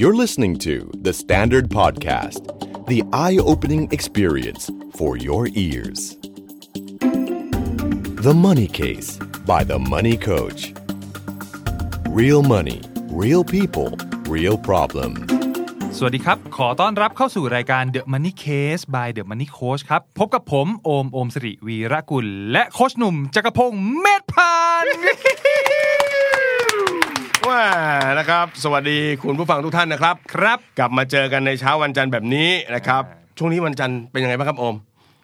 You're listening to The Standard Podcast, the eye opening experience for your ears. The Money Case by The Money Coach. Real money, real people, real problem. สวัสดีครับ ขอต้อนรับเข้าสู่รายการ The Money Case by The Money Coach ครับ พบกับผมโอม โอมสิริวีระกุล และโคชหนุ่มจักรพงศ์เมธพันธ์ ว่านะครับ สวัสดีคุณผู้ฟังทุกท่านนะครับ ครับ กลับมาเจอกันในเช้าวันจันทร์แบบนี้นะครับ ช่วงนี้วันจันทร์เป็นยังไงบ้างครับโอม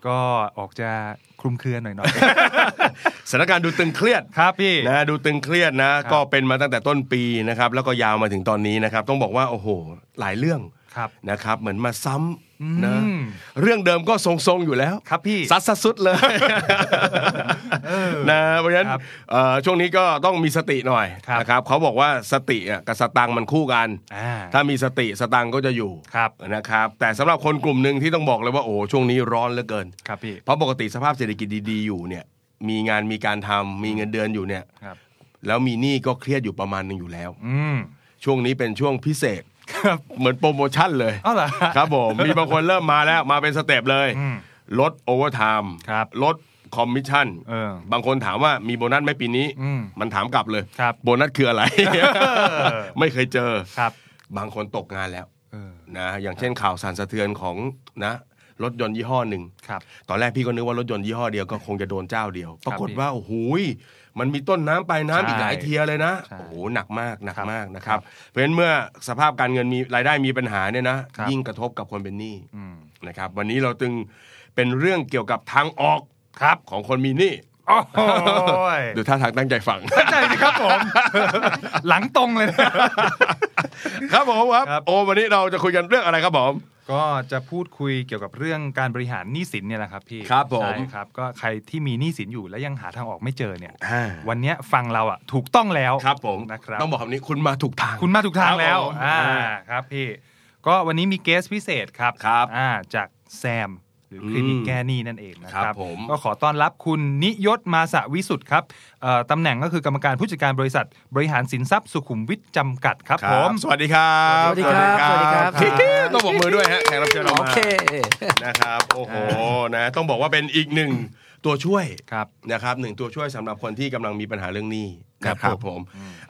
ก็ออกจะคลุมเครือหน่อยหน่อย สถานการณ์ดูตึงเครียด ครับพี่ นะดูตึงเครียดนะ ก็เป็นมาตั้งแต่ต้นปีนะครับ แล้วก็ยาวมาถึงตอนนี้นะครับ ต้องบอกว่าโอ้โห หลายเรื่อง ครับ นะครับ เหมือนมาซ้ำนะ อืม เรื่องเดิมก็ทรงๆอยู่แล้ว ครับพี่ ซัดซะสุดเลยนะเพราะฉะนั้น ครับ เอ่อช่วงนี้ก็ต้องมีสติหน่อย ครับ นะครับเขาบอกว่าสติอะกับสตังค์มันคู่กัน อ่า ถ้ามีสติสตังค์ก็จะอยู่ ครับ นะครับ แต่สำหรับคนกลุ่มหนึ่งที่ต้องบอกเลยว่าโอ้โหช่วงนี้ร้อนเหลือเกิน ครับพี่ เพราะปกติสภาพเศรษฐกิจดีๆอยู่เนี่ยมีงานมีการทำมีเงินเดือนอยู่เนี่ย ครับ แล้วมีหนี้ก็เครียดอยู่ประมาณหนึ่งอยู่แล้ว อืม ช่วงนี้เป็นช่วงพิเศษ ครับ เหมือนโปรโมชั่นเลย อ้าวเหรอฮะ ครับผม มีบางคนเริ่มมาแล้วมาเป็นสเต็ปเลย อืม ลดโอเวอร์ไทม์ ครับ ลดคอมมิชชั่น เออบ างคนถามว่ามีโบนัสไหมปีนี้ อืม มันถามกลับเลย ครับ โบนัสคืออะไร ไม่เคยเจอ ครับ บางคนตกงานแล้ว เออ นะอย่างเช่นข่าวสารสะเทือนของนะรถยนต์ยี่ห้อหนึ่ง ครับ ตอนแรกพี่ก็นึกว่ารถยนต์ยี่ห้อเดียวก็คงจะโดนเจ้าเดียว ปรากฏ พี่ ว่าโอ้โหยมันมีต้นน้ำปลายน้ำอีกหลาย ใช่ เทียเลยนะ ใช่ โอ้โหหนักมากหนัก ครับ มากนะครับ เพราะฉะนั้นเมื่อสภาพการเงินมีรายได้มีปัญหาเนี่ยนะ ครับ ยิ่งกระทบกับคนเป็นหนี้ อืม นะครับ วันนี้เราจึงเป็นเรื่องเกี่ยวกับทางออกครับของคนมีหนี้ โอ้ ย ดูท่าทางตั้งใจฟัง ใจสิครับผม หลังตรงเลยนะ ครับผมครับ ครับ โอวันนี้เราจะคุยกันเรื่องอะไรครับผม ก็จะพูดคุยเกี่ยวกับเรื่องการบริหารหนี้สินเนี่ยแหละครับพี่ ครับผม ใช่ครับก็ใครที่มีหนี้สินอยู่และยังหาทางออกไม่เจอเนี่ย วันเนี้ยฟังเราอ่ะถูกต้องแล้ว ครับผม นะครับ ต้องบอกคำนี้คุณมาถูกทาง คุณมาถูกทางแล้ว ครับผม อ่าครับพี่ ก็วันนี้มีเกสพิเศษครับ ครับ อ่าจากแซม หรือคลินิก อืม แก้หนี้นั่นเองนะค ครั รับบ ผม ก็ขอต้อนรับคุณนิยศมาสะวิสุทธ์ครับเอ่อตำแหน่งก็คือกรรมการผู้จัดการบริษัท บริหารสินทรัพย์สุขุมวิทจำกัดครับ ค ผ รับ ม สวัสดีครับ สวัสดีครับสวัสดีครับ คิกๆต้องบอกมือด้วยฮะแขกรับเชิญเรา โอ มา เค นะครับโอ้โหนะต้องบอกว่าเป็นอีกหนึ่งตัวช่วย ครับ นะครับหนึ่งตัวช่วยสำหรับคนที่กำลังมีปัญหาเรื่องหนี้ ครับ นะค ผ รับ ม ผม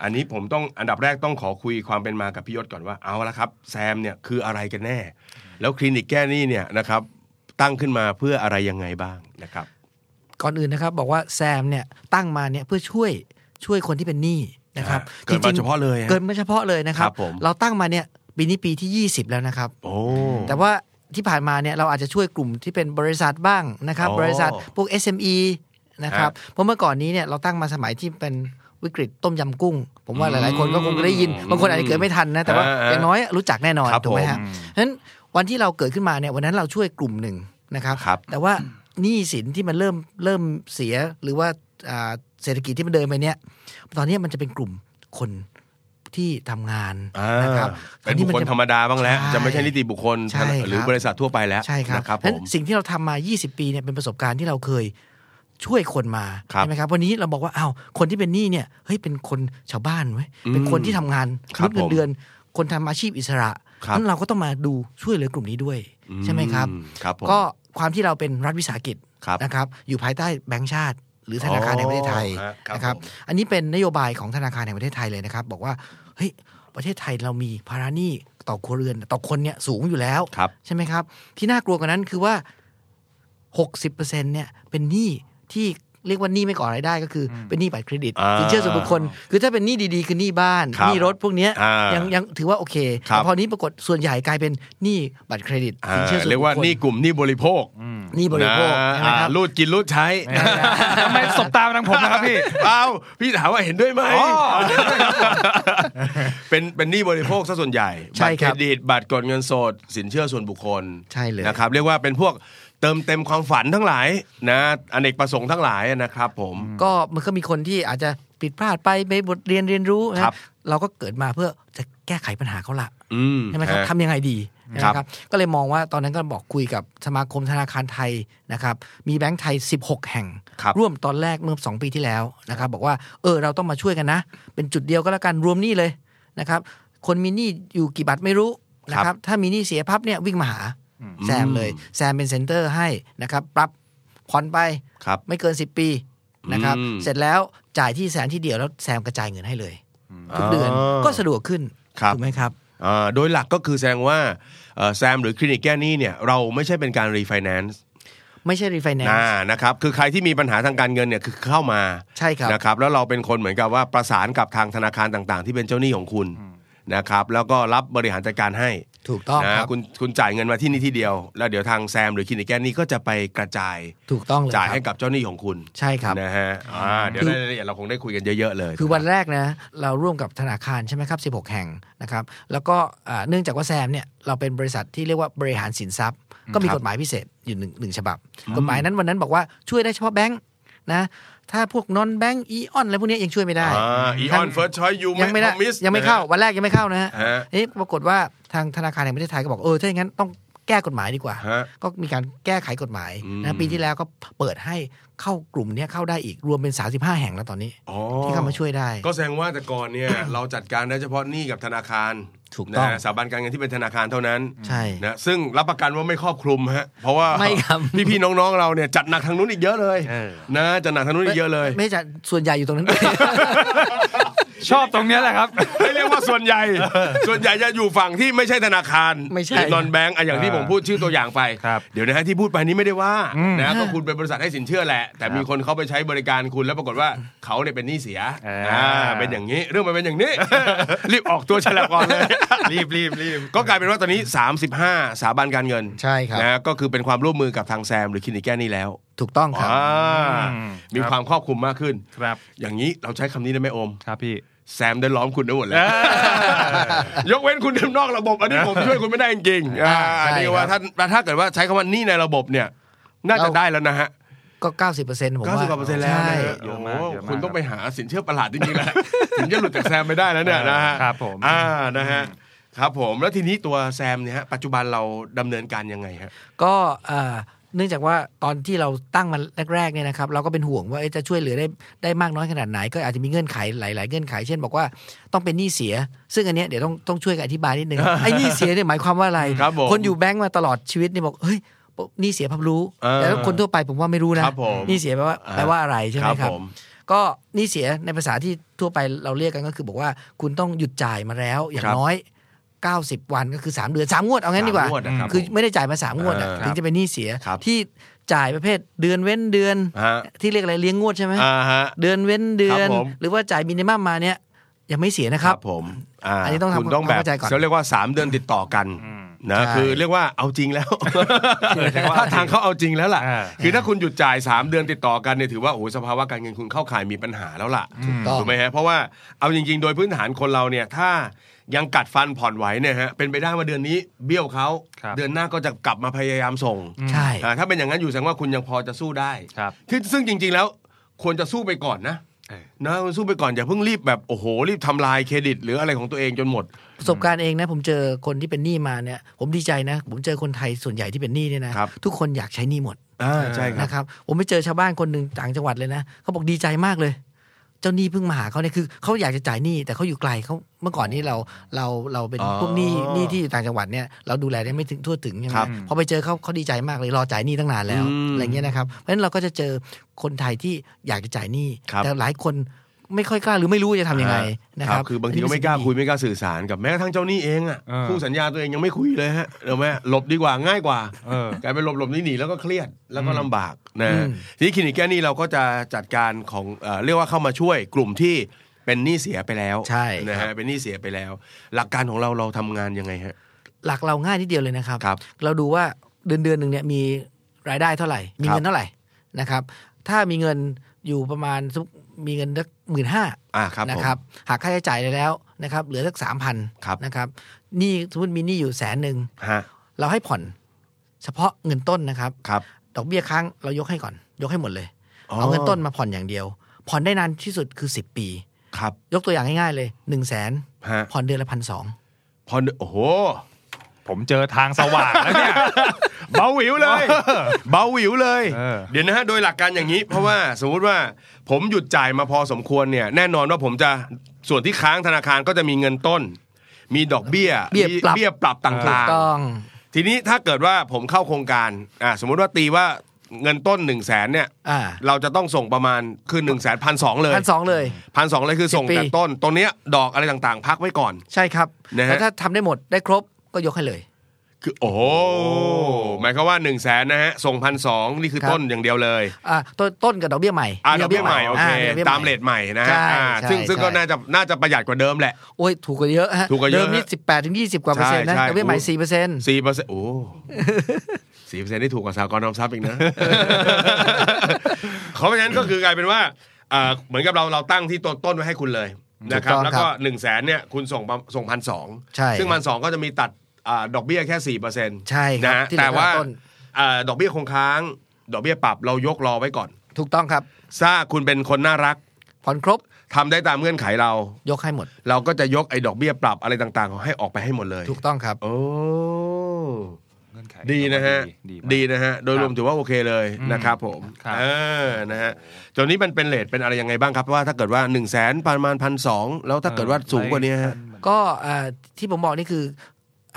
อันนี้ผมต้องอันดับแรกต้องขอคุยความเป็นมากับพี่ยศก่อนว่าเอาละครับ แซมเนี่ยคืออะไรกันแน่ แล้วคลินิกแก้หนี้เนี่ยนะครับตั้งขึ้นมาเพื่ออะไรยังไงบ้างนะครับ ก่อนอื่นนะครับบอกว่าแซมเนี่ยตั้งมาเนี่ยเพื่อช่วยช่วยคนที่เป็นหนี้นะครับ อ่าเกิดมา จริงๆ เฉพาะเลยฮะ เกิดมาเฉพาะเลยนะครั ครับผม เราตั้งมาเนี่ยปีนี้ปีที่ 20 แล้วนะครับ โอ้ แต่ว่าที่ผ่านมาเนี่ยเราอาจจะช่วยกลุ่มที่เป็นบริษัทบ้างนะครับ อ๋อบ ริษัทพวก SME นะครับเพราะเมื่อก่อนนี้เนี่ยเราตั้งมาสมัยที่เป็นวิกฤตต้มยำกุ้ง ผมว่าหลาย ๆ คนก็คงได้ยินบางคนอาจจะเกิดไม่ทันนะแต่ว่า อ่า อย่างน้อยรู้จักแน่นอน ครับ ถูกไหมฮะ ผม เพราะฉะนั้นวันที่เราเกิดขึ้นมาเนี่ยวันนั้นเราช่วยกลุ่มหนึ่งนะครับ ครับ แต่ว่าหนี้สินที่มันเริ่มเริ่มเสียหรือว่าอ่าเศรษฐกิจที่มันเดินไปเนี่ยตอนนี้มันจะเป็นกลุ่มคนที่ทำงาน อ่า นะครับ เป็นบุคคล อัมัจะ ธรรมดาบ้างแล้ว ใช่ จะไม่ใช่นิติบุคคล ใช่ครับ หรือบริษัททั่วไปแล้ว ใช่ครับ นะครับ เพ ผ ราะฉะ ม นั้นสิ่งที่เราทำมา 20 ปีเนี่ยเป็นประสบการณ์ที่เราเคยช่วยคนมา ครับ ใช่ไหมครับ วันนี้เราบอกว่าอ้าวคนที่เป็นหนี้เนี่ยเฮ้ยเป็นคนชาวบ้านเว้ยเป็นคนที่ทำงานลดเงินเดือน คนทำอาชีพอิสระ ครับ นั้นเราก็ต้องมาดูช่วยเหลือกลุ่มนี้ด้วย ใช่ไหมครับ อืครับผม ก็ความที่เราเป็นรัฐวิสาหกิจ ครับ นะครับ อยู่ภายใต้แบงก์ชาติ หรือธนาคาร อ๋อ แห่งประเทศไทย ครับครับ นะครับ ผม อันนี้เป็นนโยบายของธนาคารแห่งประเทศไทยเลยนะครับ บอกว่าเฮ้ยประเทศไทยเรามีภาระหนี้ต่อครัวเรือนต่อคนเนี่ยสูงอยู่แล้ว ครับ ใช่ไหมครับ ที่น่ากลัวกว่านั้นคือว่า 60%เนี่ยเป็นหนี้ที่เรียกว่าหนี้ไม่ก่อรายได้ก็คืออเป็นหนี้บัตรเครดิต อ่า สินเชื่อส่วนบุคคล คือถ้าเป็นหนี้ดีๆ คือหนี้บ้าน ครับ หนี้รถพวกเนี้ย อ่ายั ยังยังถือว่าโอเค ครับ แต่พอนี้ปรากฏส่วนใหญ่กลายเป็นหนี้บัตรเครดิต อ่า สินเชื่อส่วนบุคคล เรียกว่าหนี่กลุ่มหนี่บริโภค หนี่บริโภค นะ ใช่ไหมครับ อ่ารูดกินรูดใช้ ทำไมสบ ตามาทางผมนะครับพี่ เอ้าพี่ถามว่าเห็นด้วยไหม อ๋อ เป็นเป็นหนี้บริโภคซะส่วนใหญ่ ใช่ บัตรเค ครั ร บ ดิตบัตรกดเงินสด สินเชื่อส่วนบุคคล ใช่เลย นะครับ เรียกว่าเป็นพวกเติมเต็มความฝันทั้งหลายนะอเนกประสงค์ทั้งหลายนะครับ ผม ก็มันก็มีคนที่อาจจะผิดพลาดไปไปบทเรียนเรียนรู้นะครับ เราก็เกิดมาเพื่อจะแก้ไขปัญหาเขาละ อืม ใช่ไหมครับทำยังไงดี ครับ นะครับ ก็เลยมองว่าตอนนั้นก็บอกคุยกับสมาคมธนาคารไทยนะครับ มีแบงก์ไทย 16 แห่ง ครับ ร่วมตอนแรกเมื่อ 2 ปีที่แล้วนะครับ บอกว่าเออเราต้องมาช่วยกันนะ เป็นจุดเดียวก็แล้วกันรวมหนี่เลยนะครับ คนมีหนี้อยู่กี่บาทไม่รู้นะค ครั รับบ ถ้ามีหนี้เสียพับเนี่ยวิ่งมาหาแซมเลยแซมเป็นเซ็นเตอร์ให้นะครับปรับผ่อนไป ครับ ไม่เกิน 10 ปีนะครับ อืม เสร็จแล้วจ่ายที่แซมที่เดียวแล้วแซมกระจายเงินให้เลยทุกเดือนก็สะดวกขึ้น ครับ ถูกไหมครับ อ่าโดยหลักก็คือแสดงว่าเอ่อแซมหรือคลินิกแก้หนี้เนี่ยเราไม่ใช่เป็นการรีไฟแนนซ์ ไม่ใช่รีไฟแนน นะ ซ์ นะครับคือใครที่มีปัญหาทางการเงินเนี่ยคือเข้ามา ใช่ครับ นะครับแล้วเราเป็นคนเหมือนกับว่าประสานกับทางธนาคารต่างๆ ที่เป็นเจ้าหนี้ของคุณนะครับแล้วก็รับบริหารจัดการให้ ถูกต้อง นะครับ คุณคุณจ่ายเงินมาที่นี่ที่เดียว แล้วเดี๋ยวทางแซมหรือคลินิกแก้หนี้ก็จะไปกระจาย ถูกต้องเลย จ่าย ครั ให้กับเจ้าหนี้ของคุณ ใช่ครับ นะฮะอ่าเดี๋ยว คือ รายละเอียดเราคงได้คุยกันเยอะๆเลย คือวันแรกนะเราร่วมกับธนาคารใช่ไหมครับ 16 แห่งนะครับแล้วก็อ่าเนื่องจากว่าแซมเนี่ยเราเป็นบริษัทที่เรียกว่าบริหารสินทรัพย์ ก็มีกฎหมายพิเศษอยู่หนึ่งหนึ่งฉบับ กฎหมายนั้นวันนั้นบอกว่าช่วยได้เฉพาะแบงค์นะถ้าพวกนอนแบงก์อีออนอะไรพวกเนี้ยยังช่วยไม่ได้ อ่าอีออนเฟิร์สชอยยู ยังไม่ได้ยังไม่เข้าวันแรกยังไม่เข้านะฮะ ฮะ นี่ปรากฏว่าทางธนาคารแห่งประเทศไทยก็บอกเออถ้าอย่างนั้นต้องแก้กฎหมายดีกว่า ฮะ ก็มีการแก้ไขกฎหมาย อื นะ ม ปีที่แล้วก็เปิดให้เข้ากลุ่มเนี้ยเข้าได้อีกรวมเป็น 35 แห่งแล้วตอนนี้ อ๋อ ที่เข้ามาช่วยได้ ก็แสดงว่าแต่ก่อนเนี่ย เราจัดการได้เฉพาะหนี้กับธนาคาร ถูกต้อง นะฮะสถาบันการเงินที่เป็นธนาคารเท่านั้น ใช่ นะซึ่งรับประกันว่าไม่ครอบคลุมฮะเพราะว่า ไม่ครับ พี่ๆน้องๆเราเนี่ยจัดหนักทางนู้นอีกเยอะเลย เออ นะจัดหนักทางนู้นอีกเยอะเลย ไม่ใช่ส่วนใหญ่อยู่ตรงนั้น ชอบตรงเนี้ยแหละครับ ไม่เรียกว่าส่วนใหญ่ ส่วนใหญ่จะอยู่ฝั่งที่ไม่ใช่ธนาคาร ไม่ใช่ นอนแบงก์อย่างที่ อ่า ผมพูดชื่อตัวอย่างไป ครับ เดี๋ยวนะฮะที่พูดไปนี้ไม่ได้ว่า อืม นะก็คุณเป็นบริษัทให้สินเชื่อแหละ แต่มีคนเขาไปใช้บริการคุณแล้วปรากฏว่าเขาเนี่ยเป็นหนี้เสียอ่าเป็นอย่างนี้เรื่องมันเป็นอย่างนี้ รีบออกตัวฉลาดก่อนเลย รีบรีบรีบ ก็กลายเป็นว่าตอนนี้ 35สถาบันการเงิน ใช่ครับ นะก็คือเป็นความร่วมมือกับทางแซมหรือคลินิกแก้หนี้แล้ว ถูกต้องครับ อ่า อืม มี ครับ ความครอบคลุมมากขึ้น ครับ อย่างนี้เราใช้คำนี้ได้ไหมโอม ครับพี่ แซมได้ล้อมคุณทั้งหมดแล้ว ยกเว้นคุณเดินนอกระบบ อันนี้ผมช่วยคุณไม่ได้จริงๆอ่า ใช่ อันนี้ว่า ครั ถ้า บ ถ้าเกิดว่าใช้คำว่าหนี่ในระบบเนี่ย น่าจะ เรา ได้แล้วนะฮะ ก็ 90%ผมว่า 90กว่าเปอร์เซ็นต์แล้วนะใช่ฮะ เย โอ้ อะ โห มากเยอะมาก คุณต้องไปหาสินเชื่อประหลาด จริงๆแล้ว ถึงจะหลุดจากแซมไปได้แล้ วเนี่ยนะฮะ ครับผม อ่านะฮะครับผมแล้วทีนี้ตัวแซมเนี่ยฮะปัจจุบันเราดำเนินการยังไงฮะ ก็เอ่อเนื่องจากว่าตอนที่เราตั้งมันแรกๆเนี่ยนะครับเราก็เป็นห่วงว่าเอ๊ะจะช่วยเหลือได้ได้มากน้อยขนาดไหน ก็อาจจะมีเงื่อนไขหลาย ๆ เงื่อนไข เช่นบอกว่าต้องเป็นหนี้เสีย ซึ่งอันเนี้ยเดี๋ยวต้องต้องช่วยกันอธิบาย นิดนึง ไอ้หนี้เสียเนี่ยหมายความว่าอะไร ครับผม นอยู่แบงก์มาตลอดชีวิตเนี่ยบอกเฮ้ยหนี้เสียพับรู้ เออ แต่ถ้าคนทั่วไปผมว่าไม่รู้นะครับ ผม หนี้เสียแปลว่า อ่า แปลว่าอะไรใช่ไหมครับ ผม ก็หนี่เสียในภาษาที่ทั่วไปเราเรียกกันก็คือบอกว่าคุณต้องหยุดจ่ายมาแล้ว อย่า ครั ง บ น้อย 90 วันก็คือ 3 เดือน 3 งวดเอางั้นดีกว่า สามงวดนะครับ คือไม่ได้จ่ายมา 3 งวดอะ เออครับ ถึงจะเป็นหนี้เสีย ครับ ที่จ่ายประเภทเดือนเว้นเดือน ฮะ ที่เรียกอะไรเลี้ยงงวดใช่ไหม อ่าฮะ เดือนเว้นเดือ ครั น บผม หรือว่าจ่ายมินิมัมมาเนี่ยยังไม่เสียนะครับ ผม อันนี้ต้องทำ คุณต้องแบบ ความเข้าใจก่อน เขาเรียกว่า 3 เดือนติดต่อกันนะ ใช่ คือเรียกว่าเอาจริงแล้วถ้าทางเขาเอาจริงแล้วล่ะ อ่า คือถ้าคุณหยุดจ่าย 3 เดือนติดต่อกันเนี่ยถือว่าโอ้โหสภาวะการเงินคุณเข้าข่ายมีปัญหาแล้วล่ะ ต้อง ถูกไหมฮะเพราะว่าเอาจริง ๆ โดยพื้นฐานคนเราเนี่ยถ้ายังกัดฟันผ่อนไหวเนี่ยฮะเป็นไปได้ว่าเดือนนี้เบี้ยวเขา ครับ เดือนหน้าก็จะกลับมาพยายามส่ง ใช่ อ่าถ้าเป็นอย่างนั้นอยู่แสดงว่าคุณยังพอจะสู้ได้ ครับ ที่ซึ่งจริงๆแล้วควรจะสู้ไปก่อนนะนะคุณสู้ไปก่อนอย่าเพิ่งรีบแบบโอ้โหรีบทำลายเครดิต หรืออะไรของตัวเองจนหมด ประสบการณ์เองนะผมเจอคนที่เป็นหนี้มาเนี่ยผมดีใจนะ ผมเจอคนไทยส่วนใหญ่ที่เป็นหนี้เนี่ยนะครับ ทุกคนอยากใช้หนี้หมด อ่าใช่ครับ นะครับผมไปเจอชาวบ้านคนหนึ่งต่างจังหวัดเลยนะเขาบอกดีใจมากเลย เจ้าหนี้เพิ่งมาหาเขาเนี่ยคือเขาอยากจะจ่ายหนี้แต่เขาอยู่ไกลเขาเมื่อก่อนนี้เราเราเราเป็น อ๋อ พวกหนี้หนี้ที่อยู่ต่างจังหวัดเนี่ยเราดูแลได้ไม่ถึงทั่วถึงใช่ไหม ครับ พอไปเจอเขาเขาดีใจมากเลยรอจ่ายหนี้ตั้งนานแล้ว อืม อะไรเงี้ยนะครับเพราะฉะนั้นเราก็จะเจอคนไทยที่อยากจะจ่ายหนี้ ครับ แต่หลายคนไม่ค่อยกล้าหรือไม่รู้ว่าจะทำยังไง อ่า นะครับ คือบางทีก็ไม่กล้าคุยไม่กล้าสื่อสารกับแม้กระทั่งเจ้าหนี้เองอ่ะ เออ คู่สัญญาตัวเองยังไม่คุยเลยฮะเดี๋ยวแม่หลบดีกว่าง่ายกว่า เออ กลายเป็นหลบหลบหนีหนีแล้วก็เครียดแล้วก็ลำบากนะ อืม ทีนี้คลินิกแก้หนี้เราก็จะจัดการของเอ่อเรียกว่าเข้ามาช่วยกลุ่มที่เป็นหนี้เสียไปแล้ว ใช่ นะฮะเป็นหนี้เสียไปแล้ว หลักการของเราเราทำงานยังไงฮะ หลักเราง่ายนิดเดียวเลยนะครับ ครับ เราดูว่าเดือนเดือนหนึ่งเนี่ยมีรายได้เท่าไหร่ มี ครับ เงินเท่าไหร่นะครับ ถ้ามีเงินอยู่ประมาณสักมีเงินสักหมื่นห้า อ่าครับ นะ ผม ครับหักค่าใช้จ่ายไปแล้วนะครับเหลือสักสามพัน ครับ นะครับหนี่สมมติมีหนี้อยู่แสนหนึ่ง ฮะ เราให้ผ่อน เฉพาะเงินต้นนะครับ ครับ ดอกเบี้ยค้างเรายกให้ก่อน ยกให้หมดเลย เอาเงินต้นมาผ่อนอย่างเดียว ผ่อนได้นานที่สุดคือ 10 ปี ครับ ยกตัวอย่างง่ายๆเลย1นึ่งแสน ฮะ ผ่อนเดือนละพันสอง พอโอ้โห ผมเจอทางสว่างแล้วเนี่ย เบาหวิวเลย เบาหวิวเลย เออ เดี๋ยวนะฮะ โดยหลักการอย่างนี้ เพราะว่าสมมุติว่าผมหยุดจ่ายมาพอสมควรเนี่ย แน่นอนว่าผมจะส่วนที่ค้างธนาคารก็จะมีเงินต้น มีดอกเบี้ย เบี้ย มี ปรับ เบี้ยปรับต ถูก่ าง ต้อง ๆ ทีนี้ถ้าเกิดว่าผมเข้าโครงการอ่าสมมุติว่าตีว่าเงินต้นหนึ่งแสนเนี่ย อ่า เราจะต้องส่งประมาณคือหนึ่งแสนพันสองเลย พันสองเลย พันสองเลยคือส่ง สิบปี แต่ต้นตรงเนี้ยดอกอะไรต่างๆ พักไว้ก่อน ใช่ครับ นะฮะ แต่ถ้าทำได้หมดได้ครบก็ยกให้เลย คือโอ้โหหมายความว่าหนึ่งแสนนะฮะส่งพันสองนี่คือ ครับ ต้นอย่างเดียวเลย อ่าต้นต้นกับดอกเบี้ยใหม่ อ่าดอกเบี้ยใหม่โอเค าดอกบี้ยให ตามเลทใหม่นะฮะ ใช่ อ่า ใช่ ซึ่งซึ่งก็ ใช่ น่าจะน่าจะประหยัดกว่าเดิมแหละ โอ้ยถูกกว่าเยอะฮะ ถูกกว่าเยอะ เดิมนี่สิบแปดถึงยี่สิบกว่าเปอร์เซ็นต์นะ ใช่ใช่ ดอกเบี้ยใหม่สี่เปอร์เซ็นต์ สี่เปอร์เซ็นต์โอ้สี่เปอร์เซ็นต์นี่ถูกกว่าสากลออมทรัพย์อี กนะ เขาเพราะฉะนั้นก็คือกลายเป็นว่าเอ่อเหมือนกับเราเราตั้งที่ต้นต้นไว้ให้คุณเลยนะครับ แล้วก็หนึ่งแสนเนี่ยคุณส่งประส่งพันสอง ใช่ ซึ่งพันสองก็จะมีตัดอ่าดอกเบี้ยแค่สี่เปอร์เซ็นต์ ใช่คนะรับ ฮะ ที่เหลื แต่ อ ว่า เริ่มต้น เอ่อดอกเบี้ยคงค้าง ดอกเบี้ยปรับเรายกรอไว้ก่อน ถูกต้องครับ ถ้าคุณเป็นคนน่ารัก ผ่อนครบ ทำได้ตามเงื่อนไขเรา ยกให้หมด เราก็จะยกไอ้ดอกเบี้ยปรับอะไรต่างๆของให้ออกไปให้หมดเลย ถูกต้องครับ โอ้ เงื่อนไข ดีนะฮะ ดี ดี ดีมาก นะฮะ โดยรวมถือว่าโอเคเลยนะครับผม ครับ เออนะฮะจนนี้มันเป็นเลทเป็นอะไรยังไงบ้างครับว่าถ้าเกิดว่า1นึ่งแสนประมาณพันสองแล้วถ้าเกิดว่าสูงกว่านี้ฮะ ก็อ่าที่ผมบอกนี่คือ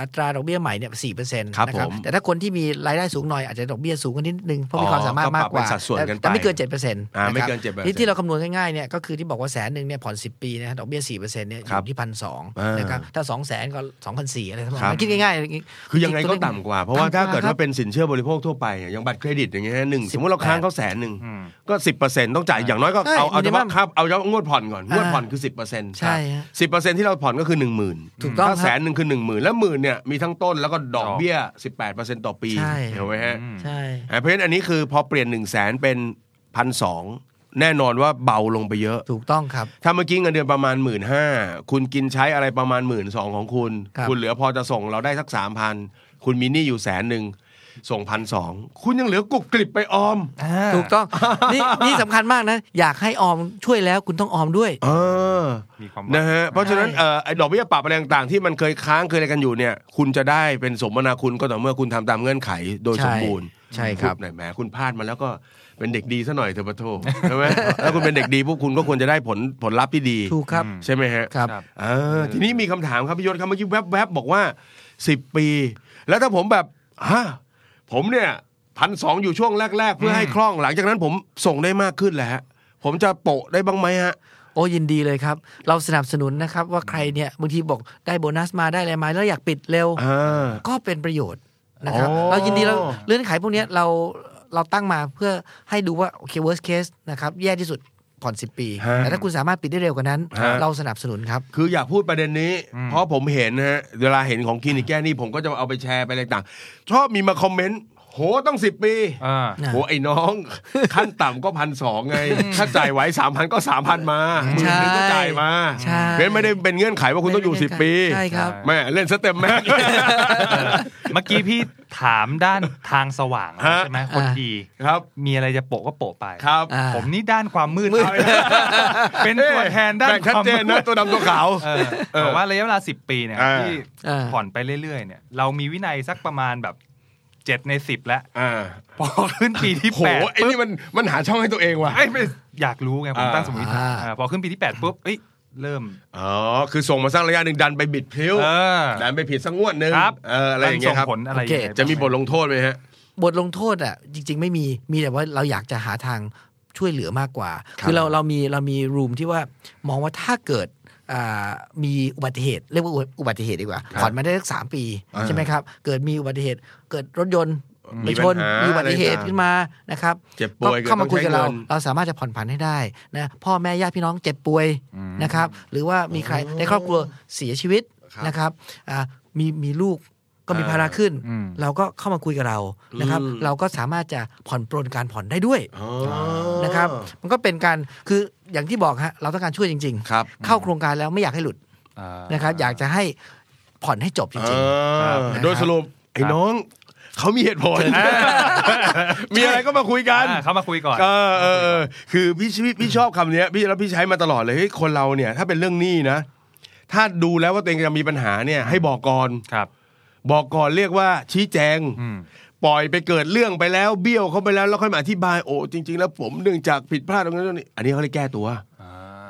อัตราดอกเบี้ยใหม่เนี่ยสี่เปอร์เซ็นต์ ครับ นะครับ ผม แต่ถ้าคนที่มีรายได้สูงหน่อยอาจจะดอกเบี้ยสูงกว่านิดนึงเพราะมีความสามารถมากกก็ปรับว่าเป็นสัดส่วนกันไป แต่ไม่เกินเจ็ดเปอร์เซ็นต์ อ่าไม่เกิน7% ที่ที่เราคำนวณง่ายๆเนี่ยก็คือที่บอกว่าแสนหนึ่งเนี่ยผ่อนสิบปีนะฮะดอกเบี้ยสี่เปอร์เซ็นต์เนี่ยอ ครับ ยู่ที่พันสอง อ่าน นะครับถ้าสองแสนก็สองพันสี่อะไรทั้งหมด ครับ คิดง่ายๆย่างนี้ คือยังไงก็ต่ำกว่า เพราะว่า ต่ำกว่า ถ้าเกิด ครั ว่า บ เป็นสินเชื่อบริโภคทั่วไปอะอย่างบัตรเครดิตอย่างเงี้ยหนึ่ง สิ ส บ มมติเราค้างเขาแสนหนึ่งก็สิบเปอร์เซ็นต์ต้องจ่ายอย่างน้อยก็ ใช่ เอาเอาเฉ minimum พาะครับเอาเฉพาะงวดผ่อนก่อนงวด อ่า ผ่อนคือสิบเปอร์เซ็นต์ ใช่ฮะ สิบเปอร์เซ็นต์ที่เราผ่อนก็คือหนึ่งหมื่น ถูกต้อง ถ้าแสนหนึ่งคือหนึ่งหมื่นแล้วหมื่นเนี่ยมีทั้งต้นแล้วก็ดอกเบี้ยสิบแปดเปอร์เซ็นต์ต่อปี ใช่ เห็นไหมฮะ ใช่ อ่าเพราะฉะนั้นอันนี้คือพอเปลี่ยน1นึ่งแสนเป็นพันสองแน่นอนว่าเบาลงไปเยอะ ถูกต้องครับ ถ้าเมื่อกี้เงินเดือนประมาณหมื่นห้าคุณกินใช้อะไรประมาณหมื่นสองของคุณ ครับ ณเหลือพอจะส่งเราได้สักสามพันคุณมีหนี้อยู่แสนหนึ่งส่งพันสองคุณยังเหลือกรุบกริบไปออม ถูกต้อง นี่นี่สำคัญมากนะอยากให้ออมช่วยแล้วคุณต้องออมด้วย เออ มีความหวัง นะฮะเพราะฉะนั้นเอ่อไอ้ดอกเบี้ยปรับอะไรต่างๆที่มันเคยค้างเคยอะไรกันอยู่เนี่ย คุณจะได้เป็นสมนาคุณก็ต่อเมื่อคุณทำตามเงื่อนไขโดย ใช่ สมบูรณ์ ใช่ครับ ณไหนแหมคุณพลาดมาแล้วก็เป็นเด็กดีซะหน่อยเถอะปะโทใช่ไหมถ้าคุณเป็นเด็กดีพวกคุณก็ควรจะได้ผลผลลัพธ์ที่ดี ถูกครับ ใช่ไหมฮะ ครับ ครับ เออทีนี้มีคำถามครับพี่ยศครับเมื่อกี้แวบๆบบอกว่าสิบปี แล้วถ้าผมแบบฮะผมเนี่ยพันสองอยู่ช่วงแรก ๆ เพื่อให้คล่องหลังจากนั้นผมส่งได้มากขึ้นแหละฮะผมจะโปะได้บ้างไหมฮะ โอ้ยินดีเลยครับ เราสนับสนุนนะครับว่าใครเนี่ยบางทีบอกได้โบนัสมาได้อะไรมาแล้วอยากปิดเร็ว อ่า ก็เป็นประโยชน์นะครับ อ๋อ เรายินดีเราเรื่องไขพวกเนี้ยเราเราตั้งมาเพื่อให้ดูว่า โอเค worst case นะครับ แย่ที่สุดผ่อน 10 ปี แต่ถ้าคุณสามารถปิดได้เร็วกว่านั้น ฮะ เราสนับสนุนครับ คืออยากพูดประเด็นนี้ เพราะผมเห็นนะฮะเวลาเห็นของคลินิกแก้หนี่ผมก็จะเอาไปแชร์ไปอะไรต่างชอบมีมาคอมเมนต์โหต้องสิบปี อ่า น่ะ โหไอ้น้อง ขั้นต่ำก็พันสองไง ถ้าจ่ายไหวสามพันก็สามพันมาหมื่นหนึงก็จ่ายมา ใช่ เพราะฉะนั้นไม่ได้เป็นเงื่อนไขว่าคุณต้องอยู่สิบปี ใช่ครับ แม่เล่นสเต็ มแม่ง เมื่อกี้พี่ถามด้านทางสว่างแล้ว ฮะ ใช่ไหมคน อ่า ดี ครับ มีอะไรจะโปะก็โปะไป ครับ อ่า ผมนี่ด้านความมืดเอา เป็นตัวแทนด้าน แบ่งชัดเจคนวามมื นะ ด ตัวดำตัวขาว เออแต่ว่าระยะเวลาสิบปีเนี่ย อ่า ที่ อ่า ผ่อนไปเรื่อยๆเนี่ย เรามีวินัยสักประมาณแบบเจ็ดในสิบแล้ว อ่า พอขึ้นปีที่ โห แปด ไอ้นี่มันมันหาช่องให้ตัวเองว่ะ ไอ้ยไม่อยากรู้ไงผม อ่า ตั้งสมมติฐาน อ่า อ่าพอขึ้นปีที่แปดปุ๊บเอ้ยเริ่ม อ๋อคือส่งมาสร้างระยะหนึ่งดันไปบิดพลิ้ว เออ ดันไปผิดสักงวดหนึ่ง ครับ เอออะไรอย่างเงี้ยครับ มันส่ผลอะไร โอเค ยังไงาง จะมีบทลงโทษไหมฮะ บทลงโทษอ่ะจริง ๆ ไม่มีมีแต่ว่าเราอยากจะหาทางช่วยเหลือมากกว่า คือเราเรามีเรามีรูมที่ว่ามองว่าถ้าเกิดอ่ามีอุบัติเหตุ เรียกว่าอุบัติเหตุดีกว่าผ่อนมาได้สักสามปี อ่า ใช่ไหมครับ เกิดมีอุบัติเหตุ เกิดรถยนต์ไปชน มี มี ปัญหา อุบัติเหตุ อะไรต่าง ขึ้นมานะครับ เจ็บป่วย ก็เข้ามาคุยกับเรา เกิดต้องใช้เงิน เราสามารถจะผ่อนผันให้ได้นะพ่อแม่ญาติพี่น้องเจ็บป่วยนะครับหรือว่ามีใครในครอบครัวเสียชีวิตนะครับอ่ามีมีลูกก็มีภาระขึ้น เราก็เข้ามาคุยกับเรานะครับ เราก็สามารถจะผ่อนปรนการผ่อนได้ด้วยนะครับ มันก็เป็นการคืออย่างที่บอกฮะเราต้องการช่วยจริง ครับ ๆ เข้าโครงการแล้วไม่อยากให้หลุด อ่า นะครับ อยากจะให้ผ่อนให้จบจ เอ ริง อ ครับ โดยสรุปไอ้น้อง เขามีเหตุผล มีอะไรก็มาคุยกัน อ่าเขามาคุยก่อน เออเออเออคือพี่ชพี่ชอบคำเนี้ยพี่แล้วพี่ใช้มาตลอดเลยเฮ้ยคนเราเนี่ย ถ้าเป็นเรื่องหนี้นะ ถ้าดูแล้วว่าตัวเองจะมีปัญหาเนี่ย ให้บอกก่อน ครับ บอกก่อนเรียกว่าชี้แจง อืม ปล่อยไปเกิดเรื่องไปแล้วเบี้ยวเขาไปแล้วแล้วค่อยมาอธิบายโอ้จริง ๆ แล้วผมเนื่องจากผิดพลาดตรงนั้นตรงนี้อันนี้เขาเลยแก้ตัว อ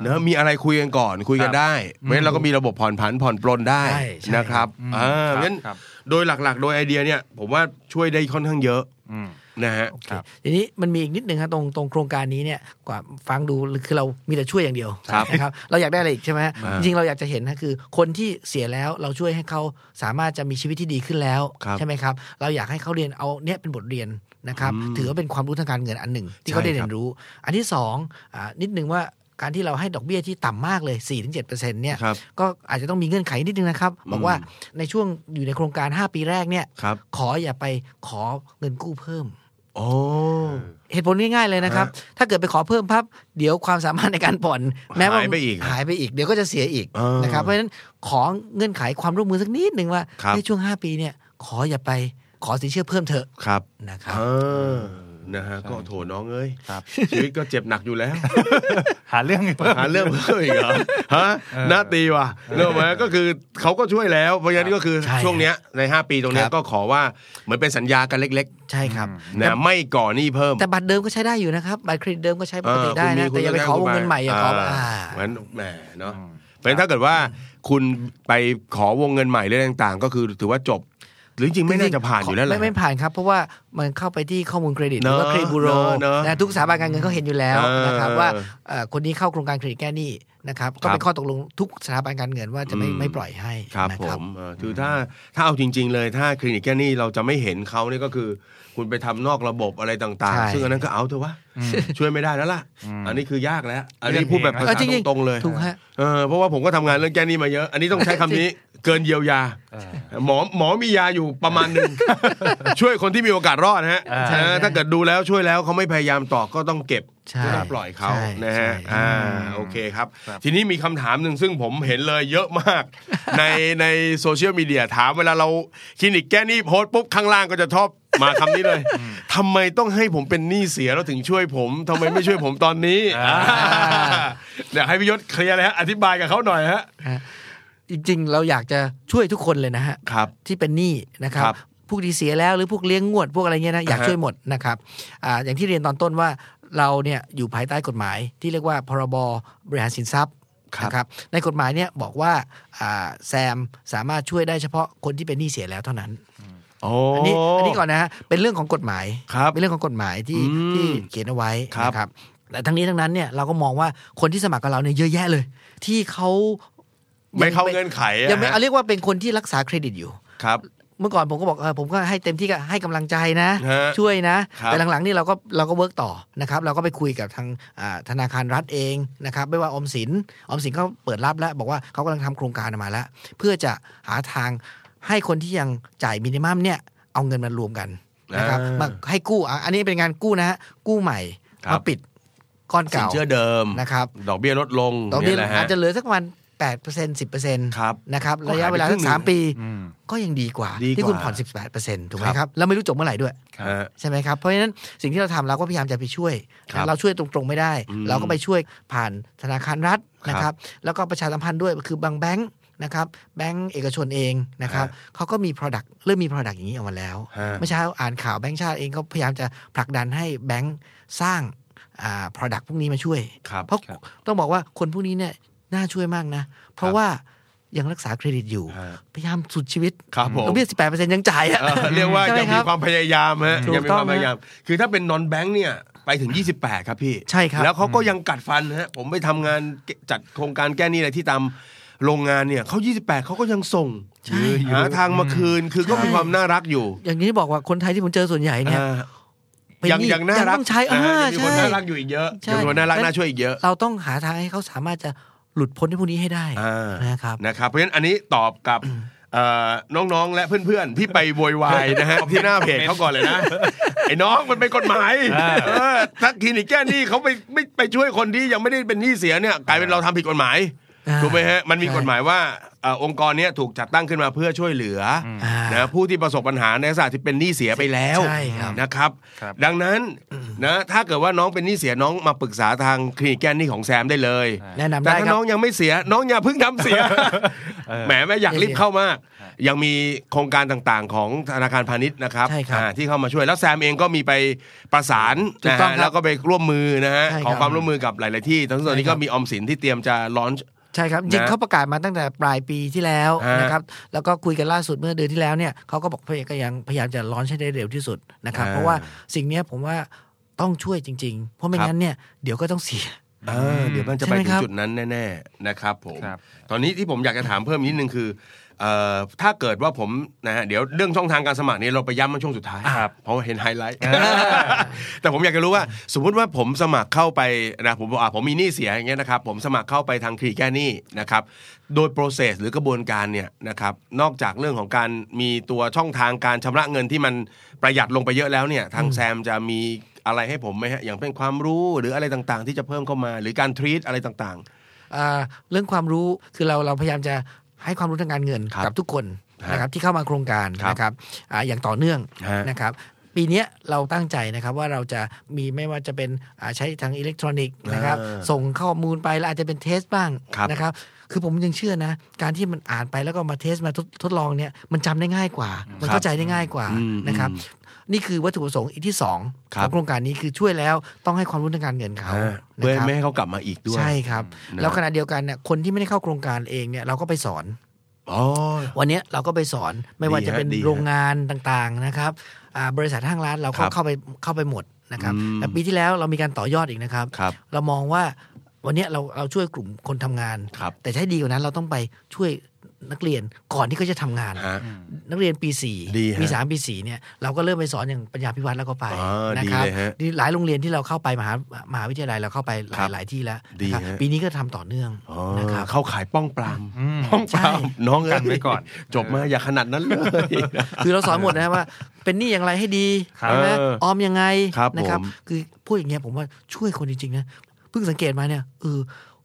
เนอะมีอะไรคุยกันก่อนคุยกันได้เว้นเราก็มีระบบผ่อนผันผ่อนปลนได้ ใช่ใช่ นะครับ อืม อ่า ครับ งั้น ครับ โดยหลักๆ โดยไอเดียเนี่ย ผมว่าช่วยได้ค่อนข้างเยอะ อืม นะฮะ โอเค ครับ ทีนี้มันมีอีกนิดนึงครับตรงตรงโครงการนี้เนี่ยกว่าฟังดูคือเรามีแต่ช่วยอย่างเดียว ครับ นะครับเราอยากได้อะไรอีกใช่ไหมฮะ อ่า จริงๆเราอยากจะเห็นนะคือ คนที่เสียแล้วเราช่วยให้เขาสามารถจะมีชีวิตที่ดีขึ้นแล้ว ครับ ใช่ไหมครับเราอยากให้เขาเรียนเอาเนี่ยเป็นบทเรียนนะครับ อืม ถือว่าเป็นความรู้ทางการเงินอันหนึ่ง ที่เขาได้เรียนรู้ อันที่สองอ่านิดนึงว่าการที่เราให้ดอกเบี้ยที่ต่ำมากเลย4-7%เนี่ย ครับ ก็อาจจะต้องมีเงื่อนไขนิดนึงนะครับบอกว่าในช่วงอยู่ในโครงการ 5 ปีแรกเนี่ย ครับ ขออย่าไปขอเงินกู้เพิ่ม โอ้ เหตุผลง่ายๆเลยนะครับ ถ้าเกิดไปขอเพิ่มพับ เดี๋ยวความสามารถในการผ่อน แม้ว่า หายไปอีก หายไปอีก เดี๋ยวก็จะเสียอีก เออ นะครับ เพราะฉะนั้นขอเงื่อนไขความร่วมมือสักนิดหนึ่งว่า ครับ ในช่วง 5 ปีเนี่ย ขออย่าไปขอสินเชื่อเพิ่มเถอะ ครับ นะครับ อ่านะฮะก็โถน้องเอ้ย ครับ ชีวิตก็เจ็บหนักอยู่แล้ว หาเรื่องอีกเพิ่ม หาเรื่อง เพิ่มอีกเหรอฮะหน้าตีว่ะเรื่องไหมก็คือเขาก็ช่วยแล้ว เพราะงั้นก็คือ ใช่ ช่วงเนี้ยใน 5 ปีตรงเนี้ย ครับ ก็ขอว่าเหมือนเป็นสัญญากันเล็ก ใช่ครับ ๆนะไม่ก่อหนี้เพิ่ม แต่บัตรเดิมก็ใช้ได้อยู่นะครับ บัตรเครดิตเดิมก็ใช้ปกติได้ เออคุณมีคุนะแต่ ณ อย่าไป ก็ ขอวง ด้ เงินใหม่อย่าขออ่า เหมือนแหมเนาะ อืม เพราะฉะนั้นถ้าเกิดว่าคุณไปขอวงเงินใหม่หรืออะไรต่างๆ ก็คือถือว่าจบ หรือจริงๆไม่น่าจะผ่านอยู่แล้วแหละ ไม่ไม่ผ่านครับ เพราะว่ามันเข้าไปที่ข้อมูลเครดิตห เน รือ อะ ว่าเครดิตบูโร เนอะเนอะ นะทุกสถาบันการเงินเขาเห็นอยู่แล้ว เออ นะครับว่าเอ่อคนนี้เข้าโครงการเครดิตแก้หนี้นะครับก็เป็ครันบ ข้อตกลงทุกสถาบันการเงินว่าจะไม่ อืม ไม่ปล่อยให้ ครับ นะ ผม เอ่อคือถ้าถ้าเอาจริง ๆ เลยถ้าคลินิกแก้หนี้เราจะไม่เห็นเขาเนี่ยก็คือ คุณไปทำนอกระบบอะไรต่าง ใช่ ๆ ซึ่งอันนั้นก็เอาเถอะวะช่วยไม่ได้แล้วล่ะ อันนี้คือยากแล้ว อันนี้พูดแบบภา เออ ษา จริงๆ ตรงๆเลย ถูกฮะ เออเพราะว่าผมก็ทำงานเรื่องแก้หนี้มาเยอะ อันนี้ต้องใช้คำนี้เกินเยียวยา หมอหมอมียาอยู่ประมาณหนึ่ง ช่วยคนที่มีโอกาสรอดนะฮะ อ่า เออถ้าเกิดดูแล้วช่วยแล้วเขาไม่พยายามต่อก็ต้องเก็บ ใช่ ก็ต้องปล่อยเขา ใช่ นะฮะ ใช่ อ่าโอเคครับ ทีนี้มีคำถามหนึ่งซึ่งผมเห็นเลยเยอะมาก ในในโซเชียลมีเดียถามเวลาเราคลินิกแก้หนี้โพสต์ปุ๊บข้างล่างก็จะทอบมาคำนี้เลยทำไมต้องให้ผมเป็นหนี้เสียแล้วถึงช่วยผมทำไมไม่ช่วยผมตอน นี้อ่า เดี๋ยวให้พี่ยศเคลียร์เลยฮะอธิบายกับเขาหน่อยฮะ ฮะจริงๆ เราอยากจะช่วยทุกคนเลยนะฮะ ครับ ที่เป็นหนี้นะครับ ครับ พวกที่เสียแล้วหรือพวกเลี้ยงงวดพวกอะไรเงี้ยนะอยาก อ่าฮะ ช่วยหมดนะครับอาอย่างที่เรียนตอนต้นว่าเราเนี่ยอยู่ภายใต้กฎหมายที่เรียกว่าพรบบริหารสินทรัพย์ ครับ นะครับในกฎหมายเนี่ยบอกว่าอ่าแซมสามารถช่วยได้เฉพาะคนที่เป็นหนี้เสียแล้วเท่านั้น อันนี้อันนี้ก่อนนะฮะเป็นเรื่องของกฎหมาย ครับ เป็นเรื่องของกฎหมายที่ อืม ที่เขียนเอาไว้ ครับ นะครับแต่ทั้งนี้ทั้งนั้นเนี่ยเราก็มองว่าคนที่สมัครกับเราเนี่ยเยอะแยะเลย ที่เขา ไม่เข้าเงื่อนไขอะ ยังไม่ ฮะ เอาเรียกว่าเป็นคนที่รักษาเครดิตอยู่ ครับ เมื่อก่อนผมก็บอกเออผมก็ให้เต็มที่ก็ให้กำลังใจนะ ฮะ ช่วยนะ ครับ แต่หลังๆนี่เราก็เราก็เวิร์กต่อนะครับเราก็ไปคุยกับทางอ่าธนาคารรัฐเองนะครับไม่ว่าออมสินออมสินเขาเปิดรับแล้ว บอกว่าเขากำลังทำโครงการออกมาแล้ว เพื่อจะหาทางให้คนที่ยังจ่ายมินิมัมเนี่ยเอาเงินมารวมกันนะครับ อ่าม มาให้กู้อ่ะอันนี้เป็นงานกู้นะฮะกู้ใหม่มาปิดก้อน สิน เก่า เชื่อเดิม นะครับ ดอกเบี้ยลดลง ตอนนี้ แหละฮ อาจจะเหลือสักประมาณแปดเปอร์เซ็นต์สิบเปอร์เซ็นต์ ครับ นะครับ ก็ ระยะเวลา หายไป สักสามปี ก็ยังดีกว่า ดีกว่า ที่คุณผ่อนสิบแปดเปอร์เซ็นต์ถูกไหม ครับ ครับ แล้วไม่รู้จบเมื่อไหร่ด้วย ฮะ ใช่ไหมครับ เพราะฉะนั้นสิ่งที่เราทำเราก็พยายามจะไปช่วย ครับ เราช่วยตรงๆไม่ได้ อืม เราก็ไปช่วยผ่านธนาคารรัฐนะค ครั รั บบ แล้วก็ประชาสัมพันธ์ด้วยคือบางแบงค์นะครับแบงก์เอกชนเองนะครับ ฮะ เขาก็มี Product เริ่มมี Product อย่างนี้ออกมาแล้ว ฮะ เมื่อเช้าอ่านข่าวแบงก์ชาติเองก็พยายามจะผลักดันให้แบงก์สร้างอ่า Product พวกนี้มาช่วย ครับ เพราะ ครับ ต้องบอกว่าคนพวกนี้เนี่ยน่าช่วยมากนะ เพ ค ราะ รับ ว่ายังรักษาเครดิตอยู่ ฮะ พยายามสุดชีวิต ครับผม ดอกเบี้ย18%ยังจ่ายอะ เออเรียกว่า ใช่ไหม ยัง ค มี รับ ความพยายามฮะ ถูก ยังมีความพยายาม คือถ้าเป็นนอนแบงค์เนี่ยไปถึง 28 ครับพี่ ใช่ครับ แล้วเขาก็ยังกัดฟันฮะผมไปทำงานจัดโครงการแก้หนี้อะไรที่ตามโรงงานเนี่ยเขา 28 เขาก็ยังส่ง ใช่ หาทางมาคืนคือก็มี ใช่ ความน่ารักอยู่ อย่างที่บอกว่าคนไทยที่ผมเจอส่วนใหญ่เนี่ย อ่า เป็น ยัง หนี้ ยังน่า ยัง รัก ต้องใช้ นะฮะ อ่ายั ยังมีคน ใช่ น่ารักอยู่อีกเยอะ ใช่ ยังมีคนน่ารักน่าช่วยอีกเยอะ เราต้องหาทางให้เขาสามารถจะหลุดพ้นที่พวกนี้ให้ได้ อ่า นะครับ นะครับ เพราะฉะนั้นอันนี้ตอบกับเอ่อน้องๆ และเพื่อนๆ ที่ไปโวย วายนะฮะ ที่หน้าเพจเขาก่อนเลยนะ ไอ้น้องมันเป็นกฎหมายเออถ้าคลินิกแก้หนี้เขาไปไม่ไปช่วยคนที่ยังไม่ได้เป็นหนี้เสียเนี่ยกลายเป็นเราทำผิดกฎหมาย อ่า ถูกไหมฮะมันมี ใช่ กฎหมายว่าเอ่อองค์กรเนี้ยถูกจัดตั้งขึ้นมาเพื่อช่วยเหลืออ อ่า นะผู้ที่ประสบปัญหาในลักษณะที่เป็นหนี้เสียไปแล้ว ใช่ครับ นะครับ ครับ ดังนั้นนะถ้าเกิดว่าน้องเป็นหนี้เสียน้องมาปรึกษาทางคลินิกแก้หนี้ของแซมได้เลย แนะนำได้ แต่ถ้า ครับ น้องยังไม่เสีย น้องอย่าเพิ่งทำเสียแหมแม่อยากรีบเข้ามาก ยังมีโครงการต่างๆ ของธนาคารพาณิชย์นะครับ ใช่ครับ อ่าที่เข้ามาช่วยแล้วแซมเองก็มีไปประสาน ถูก นะ ต้อง ฮะ ครับ แล้วก็ไปร่วมมือนะฮะ ใช่ครับ ขอความร่วมมือกับหลาย ๆ ที่ทั้งตอนนี้ ใช่ครั ก็ บ มีออมสินที่เตรียมจะลอนช ใช่ครับจริง นะ เขาประกาศมาตั้งแต่ปลายปีที่แล้ว ฮะ นะครับแล้วก็คุยกันล่าสุดเมื่อเดือนที่แล้วเนี่ยเขาก็บอกพยายามก็ยังพยายามจะร้อนให้ได้เร็วที่สุดนะครับ อ่า เพราะว่าสิ่งเนี้ยผมว่าต้องช่วยจริง ๆ เพราะไม่ ครับ งั้นเนี่ยเดี๋ยวก็ต้องเสีย เออเดี๋ยวมันจะไป ใช่ไหม ถึงครับ จุดนั้นแน่ๆนะครับผม ครับ ตอนนี้ที่ผมอยากจะถามเพิ่มนิดนึงคือเอ่อถ้าเกิดว่าผมนะฮะเดี๋ยวเรื่องช่องทางการสมัครนี้เราไปย้ำมันช่วงสุดท้าย ครับ เพราะว่าเห็นไฮไลท์ แต่ผมอยากจะรู้ว่า สมมุติว่าผมสมัครเข้าไปนะผมบอกอ่ะผมมีหนี้เสียอย่างเงี้ยนะครับ ผมสมัครเข้าไปทางคลีแก้หนี้นะครับ โดยโปรเซสหรือกระบวนการเนี่ยนะครับนอกจากเรื่องของการมีตัวช่องทางการชำระเงินที่มันประหยัดลงไปเยอะแล้วเนี่ยทางแซมจะมีอะไรให้ผมไหมฮะอย่างเป็นความรู้หรืออะไรต่างๆ ที่จะเพิ่มเข้ามา หรือการทรีตอะไรต่าง อ่าเรื่องความรู้คือเราเราพยายามจะให้ความรู้ทางการเงิน ครับ กับทุกคน ฮะ นะครับที่เข้ามาโครงการ ครับ นะครับอาอย่างต่อเนื่อง ฮะ นะครับปีเนี้ยเราตั้งใจนะครับว่าเราจะมีไม่ว่าจะเป็นอ่าใช้ทางอิเล็กทรอนิกส์นะครับ อ่า ส่งข้อมูลไปแล้วอาจจะเป็นเทสบ้าง ครับ นะครับคือผมยังเชื่อนะ การที่มันอ่านไปแล้วก็มาเทสมาทดทดลองเนี่ยมันจำได้ง่ายกว่า มัครันบ เข้าใจได้ง่ายกว่า อืม นะครับนี่คือวัตถุประสงค์อีกที่สอง ครับ ของโครงการนี้คือช่วยแล้วต้องให้ความรู้ทางการเงิน ๆ เขา อ่า นะ เพื่อ ครับ ไม่ให้เขากลับมาอีกด้วย ใช่ครับ นะ แล้วขณะเดียวกันเนี่ยคนที่ไม่ได้เข้าโครงการเองเนี่ยเราก็ไปสอน อ๋อ วันเนี้ยเราก็ไปสอนไม่ว่าจะเป็น ดีฮะ โรงงานต่างๆนะครับอ่าบริษัทห้างร้านเรา ค ก็ รับ เข้าไปเข้าไปหมดนะครับ อืม แต่ปีที่แล้วเรามีการต่อยอดอีกนะครับ ครับ เรามองว่าวันเนี้ยเราเราช่วยกลุ่มคนทำงาน ครับ แต่ใช้ดีกว่านั้นเราต้องไปช่วยนักเรียนก่อนที่เขาจะทำงาน ฮะ นักเรียนปีสี่ ดีฮะ ปีสามปีสี่เนี่ยเราก็เริ่มไปสอนอย่างปัญญาพิวัตรแล้วก็ไป อ๋อ นะคดีรัเลยฮะ นี่หลายโรงเรียนที่เราเข้าไปมหามหาวิทยาลัยเราเข้าไปห ครั ลาย บ หลายที่แล้ว ดี นะครับ ฮะ ปีนี้ก็ทำต่อเนื่อง อ๋อ นะครับ เข้าขายป้องปราม อืม ป้องปราม ใช่ น้องเอ้ย กันไว้ก่อน จบมาอย่าขนาดนั้นเลย คือเราสอนหมดนะครับว่า เป็นหนี้อย่างไรให้ดี ครับ ใช่ไหม เออ ออมยังไง ครับ นะ ผม คือพูดอย่างเงี้ยผมว่าช่วยคนจริงๆนะเพิ่งสังเกตมาเนี่ยเออ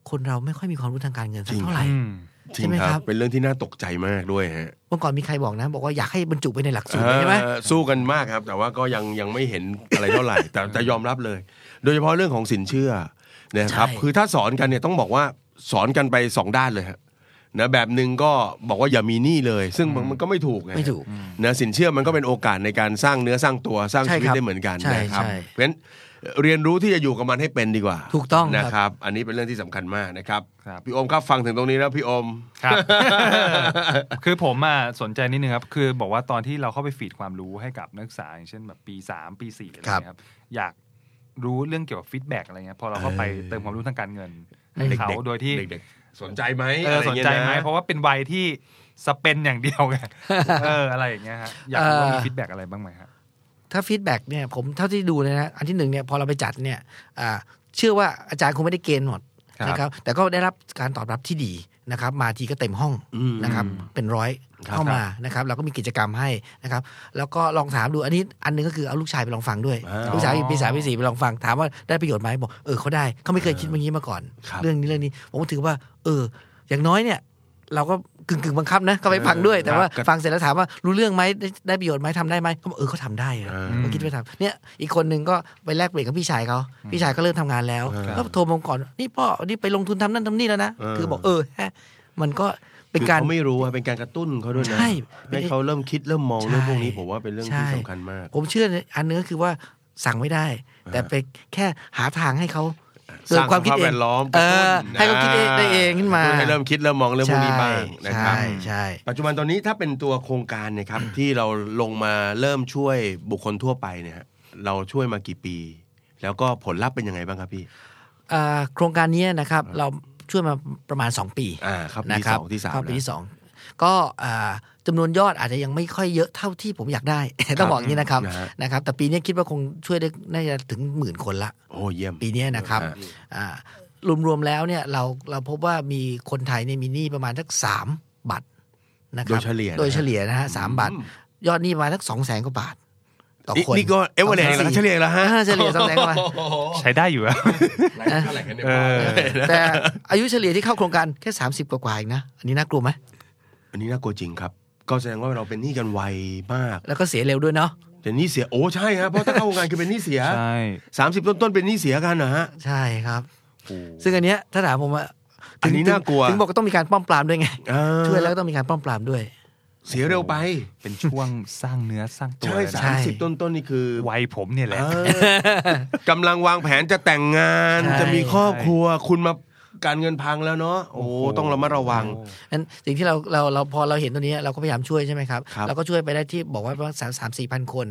คนเราไม่ค่อยมีความรู้ทางการเงินสักเท่าไหร่ อืม จริง ใช่ไหม ค ครั รับ บ เป็นเรื่องที่น่าตกใจมากด้วยฮะ เมื่อก่อนมีใครบอกนะ บอกว่าอยากให้บรรจุไปในหลักสูตรใช่ไหม เออสู้กันมากครับ แต่ว่าก็ยังยังไม่เห็นอะไรเท่าไห ร่ แต่แต่ยอมรับเลย โดยเฉพาะเรื่องของสินเชื่อนะครับ ใช่ คือถ้าสอนกันเนี่ยต้องบอกว่าสอนกันไปสองด้านเลยฮะนะแบบหนึ่งก็บอกว่าอย่ามีหนี้เลย ซึ่งมันมันก็ไม่ถูกง ไม่ถูก นะสินเชื่อมันก็เป็นโอกาสในการสร้างเนื้อสร้างตัวสร้าง ใช่ ชีวิต ครับ ได้เหมือนกัน ใช่ นะครับ ใช่ เพราะฉะนั้นเรียนรู้ที่จะอยู่กับมันให้เป็นดีกว่า ถูกต้องครับ นะครับ อันนี้เป็นเรื่องที่สำคัญมากนะครับ ครับ พี่โอมครับฟังถึงตรงนี้แล้วพี่โอม ครับ คือผมอ่ะสนใจนิดนึงครับ คือบอกว่าตอนที่เราเข้าไปฟีดความรู้ให้กับนักศึกษาอย่างเช่นแบบปีสามปีสี่อะไร ครับ เงี้ยครับ อยากรู้เรื่องเกี่ยวกับฟีดแบ็กอะไรเงี้ยพอเราเข้าไป เออ เติมความรู้ทางการเงินให้ ด็ก เขา ๆ โดยที่ เด็กๆสนใจไหม เออ อะไร สน เงี้ย ใจไหม นะ เพราะว่าเป็นวัยที่สเปนอย่างเดียว ไง เอออะไรอย่างเงี้ยฮะอยากรู้ว่ามีฟีดแบ็กอะไรบ้างไหมฮะ ถ้าฟีดแบ็กเนี่ยผมเท่าที่ดูเลยนะอันที่หนึ่งเนี่ยพอเราไปจัดเนี่ยอ่าเชื่อว่าอาจารย์คงไม่ได้เกณฑ์หมด ครับ นะครับแต่ก็ได้รับการตอบรับที่ดีนะครับมาทีก็เต็มห้อง อืม นะครับเป็นร้อย ครับ เข้ามานะครับเราก็มีกิจกรรมให้นะครับแล้วก็ลองถามดูอันนี้อันหนึงก็คือเอาลูกชายไปลองฟังด้วย อ่า ลูกชายปีสามปีสี่ไปลองฟังถามว่าได้ประโยชน์ไหมบอกเออเขาได้เขาไม่เคยคิดอย่างนี้มาก่อน ครับ เรื่องนี้เรื่องนี้ผมก็ถือว่า เออ อย่างน้อยเนี่ย เราก็กึ่งกึ่งๆบังคับนะเขาไปฟังด้วยแต่ว่า ครับ ฟังเสร็จแล้วถามว่ารู้เรื่องไหมได้ได้ประโยชน์ไหมทำได้ไหมเขาบอกเออเขาทำได้อะ เออ เขาคิดว่าทำเนี่ยอีกคนหนึ่งก็ไปแลกเปลี่ยนกับพี่ชายเขาพี่ชายก็เริ่มทำงานแล้ว ครับ ก็โทรมาก่อนนี่พ่อนี่ไปลงทุนทำนั่นทำนี่แล้วนะ เออ คือบอกเออฮะมันก็เป็นการ คือเขาไม่รู้อะเป็นการกระตุ้นเขาด้วยนะ ใช่ ให้เขาเริ่มคิดเริ่มมองเรื่องพวกนี้ ใช่ ผมว่าเป็นเรื่องที่ ใช่ สำคัญมาก ผมเชื่อในอันนึงก็คือว่าสั่งไม่ได้ แต่ไปแค่หาทางให้เขาเกิ ส ด ร้าง ความคิดเอ แว ง ดล้อม เออให้เขาคิดเองได้เองขึ้นมา ให้เริ่มคิดเริ่มมองเรื่องพวกนี้บ้างนะครับ ใช่ใช่ ปัจจุบันตอนนี้ถ้าเป็นตัวโครงการเนะครับ ที่เราลงมาเริ่มช่วยบุคคลทั่วไปเนี่ยฮะเราช่วยมากี่ปี แล้วก็ผลลัพธ์เป็นยังไงบ้างครับพี่ เอ่อโครงการนี้นะครับเราช่วยมาประมาณ 2 ปี อ่าครับ นะ ปีสองที่สาม เข้แล้ปีว ที่สองก็เอ่อจำนวนยอดอาจจะยังไม่ค่อยเยอะเท่าที่ผมอยากได้ ต้องบอกอย่างนี้นะครับ นะฮะ นะครับแต่ปีนี้คิดว่าคงช่วยได้น่าจะถึงหมื่นคนละ โอ้เยี่ยม ปีนี้นะครับ อ่า อ่ารวมๆแล้วเนี่ยเราเราพบว่ามีคนไทยเนี่ยมีหนี้ประมาณสักสามบาทนะค โด รั ยเฉลี่ยนะ โดยเฉลี่ยนะฮะสามบาท ยอดหนี้ประมาณสักสองแสนกว่าบาทต่อ นี่ คน นี่ก็เอเวอเรสต์แล้วเฉลี่ยแล้วฮะ อ่าเฉลี่ยสองแสนกว่าบาท ใช้ได้อยู่อะ เท่าไหร่กันเนี่ย เออ แต่อายุเฉลี่ยที่เข้าโครงการแค่ 30 กว่าๆเองนะ อันนี้น่ากลัวไหม อันนี้น่ากลัวจริงครับ ก็แสดงว่าเราเป็นหนี้กันไวมาก แล้วก็เสียเร็วด้วยเนาะ แต่หนี้เสียโอ้ใช่ฮะเพราะถ้าเข้าวงการคือเป็นหนี้เสีย ใช่ สามสิบต้นๆเป็นหนี้เสียกันนะฮะ ใช่ครับ ซึ่งอันเนี้ยถ้าถามผมว่า อันนี้ ถึง น่ากลัว ถึงบอกก็ต้องมีการป้อมปรามด้วยไง อ่า ช่วยแล้วก็ต้องมีการป้อมปรามด้วย เสียเร็วไป เป็นช่วงสร้างเนื้อสร้างตัว ใช่ เลยนะ สามสิบต้นต้นๆนี่คือ วัยผมเนี่ยแหละ เออกำลังวางแผนจะแต่งงาน ใช่ จะมีครอบครัว คุณมาการเงินพังแล้วเนาะโอ้โหต้องระมัดระวัง นั้นสิ่งที่เราเราเราพอเราเห็นตัวนี้เราก็พยายามช่วยใช่ไหมครับ ครับ เราก็ช่วยไปได้ที่บอกว่าสามสามสี่พันคน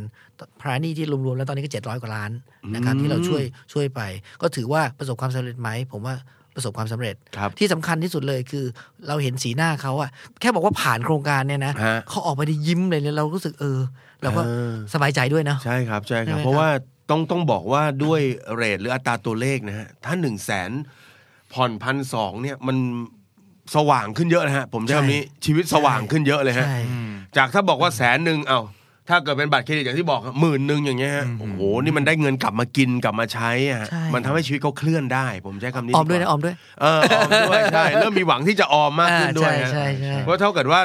พรานี่ที่รวมๆแล้วตอนนี้ก็เจ็ดร้อยกว่าล้านนะครับที่เราช่วยช่วยไป ก็ถือว่าประสบความสำเร็จไหมผมว่าประสบความสำเร็จ ครับ ที่สำคัญที่สุดเลยคือเราเห็นสีหน้าเขาอะแค่บอกว่าผ่านโครงการเนี่ยนะ ฮะ เขาออกมาได้ยิ้มเลยเนี่ยเรารู้สึกเออเราก็ เออ สบายใจด้วยเนาะ ใช่ครับใช่ครับ ใช่ไหมครับ เพราะว่าต้องต้องบอกว่าด้วยเรทหรืออัตราตัวเลขนะฮะถ้าหนึ่งแสนผ่อนพันสองเนี่ยมันสว่างขึ้นเยอะนะฮะ ผมใช้ ใช่ คำนี้ชีวิตสว่างขึ้นเยอะเลยฮะ ใช่ จากถ้าบอกว่าแสนหนึ่งเอาถ้าเกิดเป็นบัตรเครดิตอย่างที่บอกหมื่นหนึ่งอย่างเงี้ยฮะโอ้โหนี่มันได้เงินกลับมากินกลับมาใช้อะฮะ ใช่ มัน มันทำให้ชีวิตเขาเคลื่อนได้ ผมใช้คำนี้ ออมด้วย ก นะ ว่า ออมด้วย เออออมด้วยใช่เริ่มมีหวังที่จะออมมากขึ้นด้วย อ่า ฮะ ใช่ใช่ใช่ เพราะเท่ากับว่า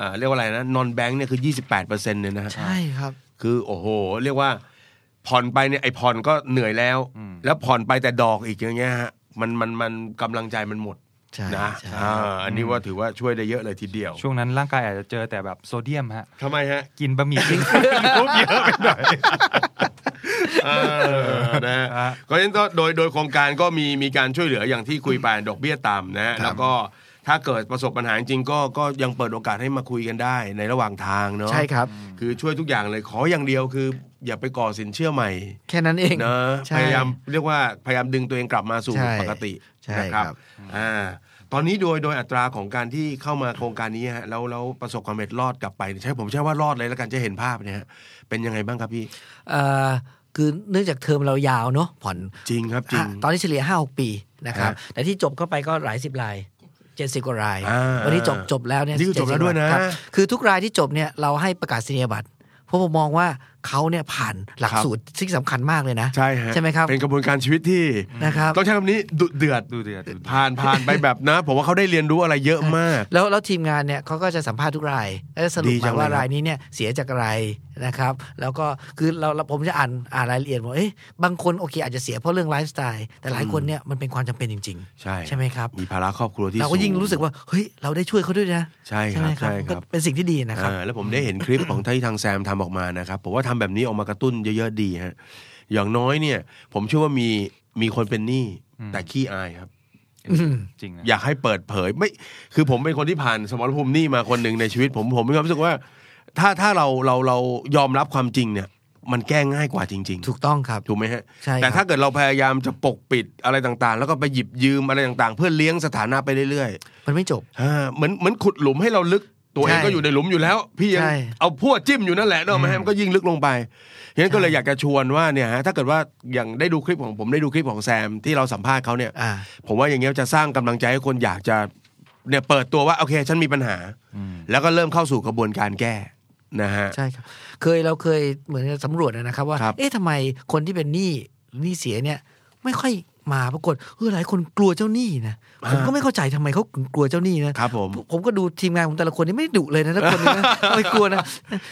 อ่าเรียกว่าอะไรนะนอนแบงค์เนี่ยคือ 28%เนี่ยนะฮะ ใช่ครับ คือโอ้โห เรียกว่า ผ่อนไปเนี่ยไอผ่อนก็เหนื่อยแล้ว แล้วผ่อนไปแต่ดอกอีกอย่างเงี้ยฮะมันมันมันกำลังใจมันหมด ใช่ นะ ใช่ อ่าอันนี้ว่าถือว่าช่วยได้เยอะเลยทีเดียว ช่วงนั้นร่างกายอาจจะเจอแต่แบบโซเดียมฮะ ทำไมฮะ กินบะหมี่ กิ้งปุ๊บเยอะไปหน่อย เออนะฮะ ฮะ ก็ฉะนั้นก็โดยโดยโครงการก็มีมีการช่วยเหลืออย่างที่คุยไปดอกเบี้ยต่ำนะฮะแล้วก็ถ้าเกิดประสบปัญหาจริงๆก็ก็ยังเปิดโอกาสให้มาคุยกันได้ในระหว่างทางเนาะ ใช่ครับ คือช่วยทุกอย่างเลยขออย่างเดียวคือ อย่าไปก่อสินเชื่อใหม่ แค่นั้นเอง นะ ใช่ พยายามเรียกว่าพยายามดึงตัวเองกลับมาสู่ ใช่ ปกติ ใช่ นะค ครั รับบ อ่าตอนนี้โดยโดยอัตราของการที่เข้ามาโครงการนี้ฮะแล้วแล้วประสบความสำเร็จรอดกลับไปใช่ผมใช่ว่ารอดเลยแล้วกันจะเห็นภาพเนี่ยฮะเป็นยังไงบ้างครับพี่ เอ่อคือเนื่องจากเทอมเรายาวเนาะผ่อน จริงครับจริง อ่ะตอนนี้เฉลี่ย 5 6 ปีนะครับ ฮะ แต่ที่จบเข้าไปก็หลายสิบราย 70 กว่าราย อ่า วันนี้จบจบแล้วเนี่ย นี่คือจบแล้วด้วยนะ 70ครับคือทุกรายที่จบเนี่ยเราให้ประกาศนียบัตรเพราะผมมองว่าเขาเนี่ยผ่านหลักสูตรซึ่งสำคัญมากเลยนะ ใช่ฮะ ใช่ไหมครับ เป็นกระบวนการชีวิตที่ นะครับ ต้องใช้คำนี้ดุเดือด ดูเดือดดูเดือด ผ่านผ่านไปแบบนะ ผมว่าเขาได้เรียนรู้อะไรเยอะมาก แล้วแล้วทีมงานเนี่ยเขาก็จะสัมภาษณ์ทุกราย แล้วจะสรุป ดีจั มาง เลย ว่า ครับ รายนี้เนี่ยเสียจากอะไรนะครับ แล้วก็คือเราเราผมจะอ่านอ่านรายละเอียดว่าเอ๊ะบางคนโอเคอาจจะเสียเพราะเรื่องไลฟ์สไตล์แต่หลายคนเนี่ยมันเป็นความจำเป็นจริง ๆ ใช่ ใช่ไหมครับ มีภาระครอบครัวที่ เราก็ยิ่ง สู รู้สึกว่าเฮ้ยเราได้ช่วยเขาด้วยนะ ใช่ครับ ไหม ใช่ครับ ก็เป็นสิ่งที่ดีนะครับ อ่าแล้วผมได้เห็นคลิปของที่ทางแซมทำออกมานะครับผมว่าทำแบบนี้ออกมากระตุ้นเยอะๆดีฮะอย่างน้อยเนี่ย ผมเชื่อว่ามีมีคนเป็นหนี้แต่ขี้อายครับ จริงนะ อยากให้เปิดเผยไม่คือผมเป็นคนที่ผ่านสมรภูมิหนี้มาคนหนึ่งในชีวิต ผมผมมีความรู้สึกว่า ถ้าถ้าเราเราเรายอมรับความจริงเนี่ย มันแก้ง่ายกว่าจริง ๆ ถูกต้องครับ ถูกไหมฮะ ใช่ครับ แต่ถ้าเกิดเราพยายามจะปกปิดอะไรต่างๆ แล้วก็ไปหยิบยืมอะไรต่างๆ เพื่อเลี้ยงสถานะไปเรื่อยๆ มันไม่จบ อ่าเหมือนเหมือนขุดหลุมให้เราลึกตัวเอง ใช่ ก็อยู่ในหลุมอยู่แล้ว พี่ยัง ใช่ เอาพวดจิ้มอยู่นั่นแหละเนอะมันให้มันก็ยิ่งลึกลงไปฉะนั้นก็เลยอยากจะชวนว่าเนี่ยฮะถ้าเกิดว่าอย่างได้ดูคลิปของผมได้ดูคลิปของแซมที่เราสัมภาษณ์เขาเนี่ย อ่า ผมว่าอย่างเงี้ยจะสร้างกำลังใจให้คนอยากจะเนี่ยเปิดตัวว่าโอเค ฉันมีปัญหา แล้วก็เริ่มเข้าสู่กระบวนการแก้นะฮะ ใช่ครับ เคยเราเคยเหมือนสำรวจนะครับว่า ครับ เอ๊ะทำไมคนที่เป็นหนี้หนี้เสียเนี่ย ไม่ค่อยมาปรากฏเออหลายคนกลัวเจ้าหนี้นะผมก็ไม่เข้าใจทำไมเขาถึงกลัวเจ้าหนี้นะครับ ผม ผมผมก็ดูทีมงานผมแต่ละคนนี่ไม่ได้ดุเลยนะทุกคน เลยนะ ไม่กลัวนะ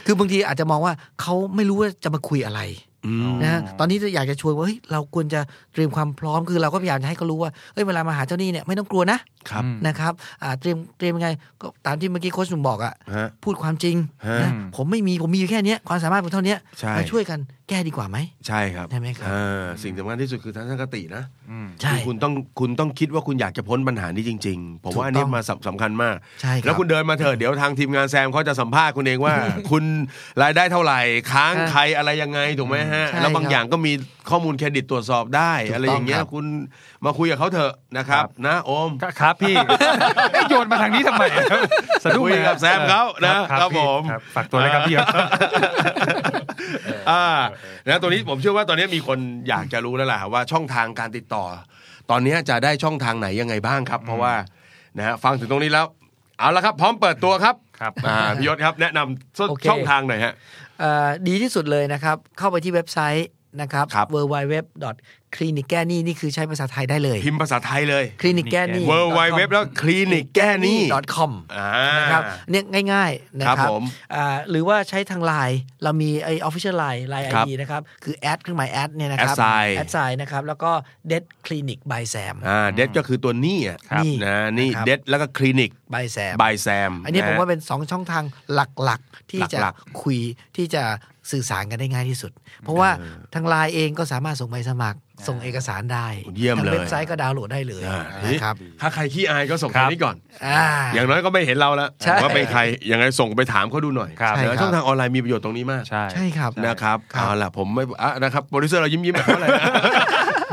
คือบางทีอาจจะมองว่าเขาไม่รู้ว่าจะมาคุยอะไร อืม นะฮะตอนนี้อยากจะชวนว่าเฮ้ยเราควรจะเตรียมความพร้อมคือเราก็พยายามจะให้เขารู้ว่าเอ้ยเวลามาหาเจ้าหนี้เนี่ยไม่ต้องกลัวนะครับ นะครับอ่าเตรียมเตรียมยังไงก็ตามที่เมื่อกี้โค้ชหนุ่มบอกอะ ฮะ พูดความจริง ฮะ นะผมไม่มีผมมีอยู่แค่เนี้ยความสามารถผมเท่าเนี้ย ใช่ มาช่วยกันแก้ดีกว่าไหม ใช่ครับ ได้ไหมครับ อ่าสิ่งสำคัญที่สุดคือทัศนคตินะ ใช่ คือคุณต้องคุณต้องคิดว่าคุณอยากจะพ้นปัญหานี้จริง ๆ ผมว่าอันนี้ ถูกต้อง มาสำสำคัญมาก ใช่ครับ แล้วคุณเดินมาเถอะเดี๋ยวทางทีมงานแซมเขาจะสัมภาษณ์คุณเองว่า คุณรายได้เท่าไหร่ ค้างใครอะไรยังไงถูกไหมฮะ ใช่ แล้วบาง ครับ อย่างก็มีข้อมูลเครดิตตรวจสอบได้ ถูก อะไรอย่างเงี้ย ต้องครับ คุณมาคุยกับเขาเถอะนะครับ นะโอม ก็ครับพี่ เอ้ยโยนมาทางนี้ทำไมสะดุ้ง คุย เลย กับแซมเขานะครับ ครับ พี่ ผม ครับฝากตัวเลยครับพี่ครับ อ่าแล้วตัวนี้ผมเชื่อว่าตอนนี้มีคนอยากจะรู้แล้วล่ะว่าช่องทางการติดต่อ ตอนนี้จะได้ช่องทางไหนยังไงบ้างครับ เพราะว่านะฮะฟังถึงตรงนี้แล้วเอาละครับ พร้อมเปิดตัวครับ ครับ อ่าพี่ยศครับ แนะนำส โอเค ช่องทางหน่อยฮะ เอ่อดีที่สุดเลยนะครับ เข้าไปที่เว็บไซต์นะครับ ครับ w w w คลินิกแก้หนี้นี่คือใช้ภาษาไทยได้เลย พิมพ์ภาษาไทยเลย คลินิกแก้หนี้ w w w แล้วคลินิกแก้หนี้ .com อ่า นะครับเนี่ยง่ายๆนะค ครั รับบ ผม อ่าหรือว่าใช้ทางไลน์เรามีไอออฟฟิเชียลไลน์ไลน์ไอ ครับ ดีนะครับ คือแอดเครื่องหมายแอดเนี่ยนะครับ แอดไซน์ แอดไซน์นะครับ แล้วก็เด d คลินิกบายแซม อ่าเด็ดก็คือตัวหนี้อ่ะ ครับ นะนี่ ครับ เด็ดแล้วก็คลินิก บายแซม บายแซม อันนี้ผมว่าเป็น 2 ช่องทางหลักๆ ที่จะ หลัก คุยที่จะสื่อสารกันได้ง่ายที่สุด เพราะว่าทางไลน์เองก็สามารถส่งใบสมัคร ส่งเอกสารได้ เยี่ยม ทาง เลย เว็บไซต์ก็ดาวน์โหลดได้เลย อ่า นะครับ ถ้าใครขี้อายก็ส่งทางนี้ก่อน อ่า อย่างน้อยก็ไม่เห็นเราแล้ว ใช่ ว่าเป็นใครยังไงส่งไปถามเขาดูหน่อย ครับ ใช่ครับ ช่องทางออนไลน์มีประโยชน์ตรงนี้มาก ใช่ ใช่ครับ นะครับ ครับ เอาล่ะผมไม่อ่ะนะครับโปรดิวเซอร์เรายิ้มยิ้มๆแบบเขาเลย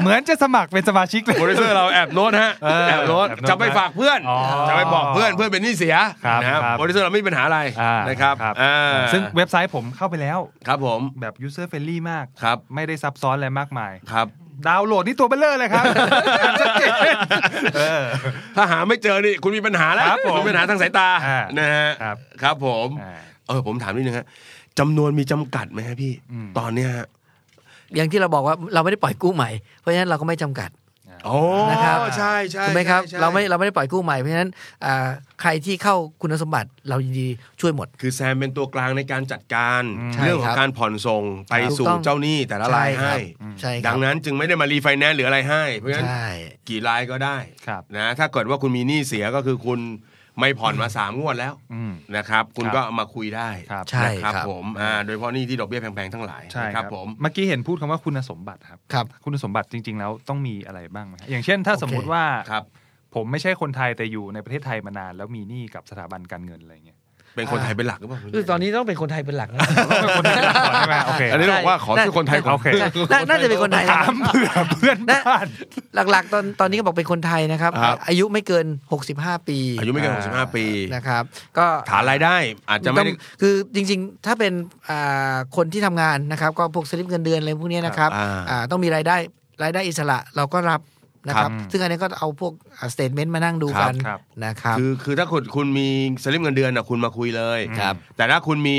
เหมือนจะสมัครเป็นสมาชิกเลย โปรดิวเซอร์เราแอบโน้ตฮะ เออ แอบโน้ต แอบโน้ต จะไปฝากเพื่อน อ๋อ จะไปบอกเพื่อนเพื่อนเป็นหนี้เสีย ครับ นะครับ ครับ โปรดิวเซอร์เราไม่มีปัญหาอะไร อ่าน นะครับ ครับ อ่า ซึ่งเว็บไซต์ผมเข้าไปแล้ว ครับผม แบบ user friendly มาก ครับ ไม่ได้ซับซ้อนอะไรมากมาย ครับ ดาวน์โหลดนี่ตัวเบลเลอร์เลยครับ ชัดเจน ถ้าหาไม่เจอนี่คุณมีปัญหาแล้ว ครับผม ณมีปัญหาทางสายตา อ่า นะฮะ ครับ ครับผม อ่า เออผมถามนิดนึงฮะจำนวนมีจำกัดไหมฮะพี่ ตอนเนี้ยฮะ อย่างที่เราบอกว่าเราไม่ได้ปล่อยกู้ใหม่ เพราะฉะนั้นเราก็ไม่จำกัด โอ้ นะครับ ใช่ใช่ ถูกไหมครับ ใช่ใช่ เราไม่เราไม่ได้ปล่อยกู้ใหม่เพราะฉะนั้นอ่าใครที่เข้าคุณสมบัติเรายินดีช่วยหมด คือแซมเป็นตัวกลางในการจัดการ ใช่ เรื่องขอ ครั ง บ การผ่อนส่งไป ถูก สู่ ต้อง เจ้าหนี้แต่ละรายให้ ใช่ครับ ดังนั้นจึงไม่ได้มารีไฟแนนซ์หรืออะไรให้ เพราะฉะนั้น ใช่ กี่รายก็ได้ ครับ นะถ้าเกิดว่าคุณมีหนี้เสียก็คือคุณไม่ผ่อนมา สามงวดแล้ว อืม นะครับ คุณ ครับ ก็เอามาคุยได้ ครับ ใช่ นะครับ ผมอ่าโดยเฉพาะหนี้ที่ดอกเบี้ยแพงๆทั้งหลาย ใช่ นะ ค ค รั รั บบ ผม เมื่อกี้เห็นพูดคำว่าคุณสมบัติครับ ครับ คุณสมบัติจริง ๆ แล้วต้องมีอะไรบ้างไหมครับอย่างเช่นถ้า โอเค สมมุติว่า ครับ ผมไม่ใช่คนไทยแต่อยู่ในประเทศไทยมานาน แล้วมีหนี้กับสถาบันการเงินอะไรเงี้ย เป็นคนไทยเป็นหลักหรือเปล่า คือตอนนี้ต้องเป็นคนไทยเป็นหลักนะ เป็นคนไทยก่อนใช่ไหมโอเค อันนี้ต้องบอกว่าขอชื่อคนไทยก่อน โอเค ใช่ น่าน่าจะเป็นคนไทยนะ ถามเผื่อเพื่อนบ้าน หลักๆ ตอนตอนนี้ก็บอกเป็นคนไทยนะครับ ครับ อายุไม่เกิน 65 ปี อายุไม่เกิน อ่า 65 ปี นะครับ ก็ ฐานรายได้อาจจะไม่ ต้ ได้ องคือจริงๆ ถ้าเป็นอ่าคนที่ทำงานนะครับ ก็พวกสลิปเงินเดือนอะไรพวกเนี้ยนะครับ อ่า อ่าต้องมีรายได้รายได้อิสระเราก็รับนะครับ ครับ ซึ่งอันนี้ก็เอาพวกสเตทเมนต์มานั่งดู ครั กับ น ครับ นะครับ คือคือถ้าคุณคุณมีสลิปเงินเดือนนะคุณมาคุยเลย ครับ แต่ถ้าคุณมี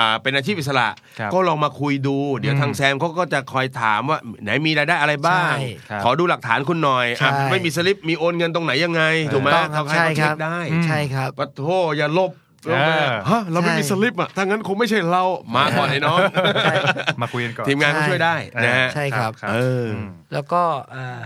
อ่าเป็นอาชีพอิสระ ครับ ก็ลองมาคุยดู เดี๋ยว อืม ทางแซมเขาก็จะคอยถามว่าไหนมีรายได้อะไรบ้าง ใช่ ครับ ขอดูหลักฐานคุณหน่อยอ่ะ ใช่ ไม่มีสลิปมีโอนเงินตรงไหนยังไงถูกไหม ถูกต้องครับ ทำให้เขา ใช่ครั เช็ บ คได้ ใช่ครับ ปะโทอย่าลบ เออ ฮะเราไม่มี ใช่ สลิปอ่ะถ้างั้นคงไม่ใช่เรามาก่อนไอ้น้อง มาคุยกันก่อน ทีมงานเขาช่วยได้นะฮะ ใช่ครับ เอออ อืม แล้วก็อ่า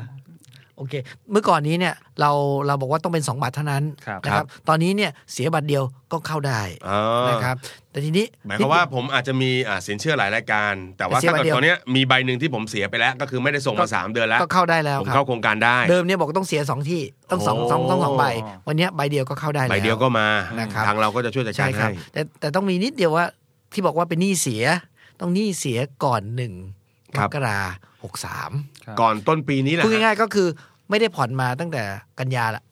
โอเค เมื่อก่อนนี้เนี่ยเราเราบอกว่าต้องเป็น 2 บัตรเท่านั้น ครับ นะ ค ค รั รับ บ ตอนนี้เนี่ยเสียบัตรเดียวก็เข้าได้ อ๋อ นะครับ แต่ทีนี้ หมายความว่าผมอาจจะมีอ่าสินเชื่อหลายรายการ แต่ว่า แต่เสีย ถ้าเกิ บั ด ตรเดียว ตอนเนี้ยมีใบหนึ่งที่ผมเสียไปแล้ว ก็คือไม่ได้ส่งมาสามเดือนแล้ว ก็เข้าได้แล้ว ผม ครั เข้า บ โครงการได้ เดิมเนี่ยบอกต้องเสีย 2 ที่ต้องสอง โอ้ สองต้องสองใบ อ๋อ วันเนี้ยใบเดียวก็เข้าได้แล้ว ใบเดียวก็มา นะครับ ทางเราก็จะช่วยจัดกา ใช่ ร ครั ให้ บ แต่แต่ต้องมีนิดเดียวว่าที่บอกว่าเป็นหนี้เสีย ต้องหนี้เสียก่อนหนึ่งมกราหกสาม ครับ ก่อนต้นปีนี้แหละ พูดง่ายๆก็คือไม่ได้ผ่อนมาตั้งแต่กันยาละ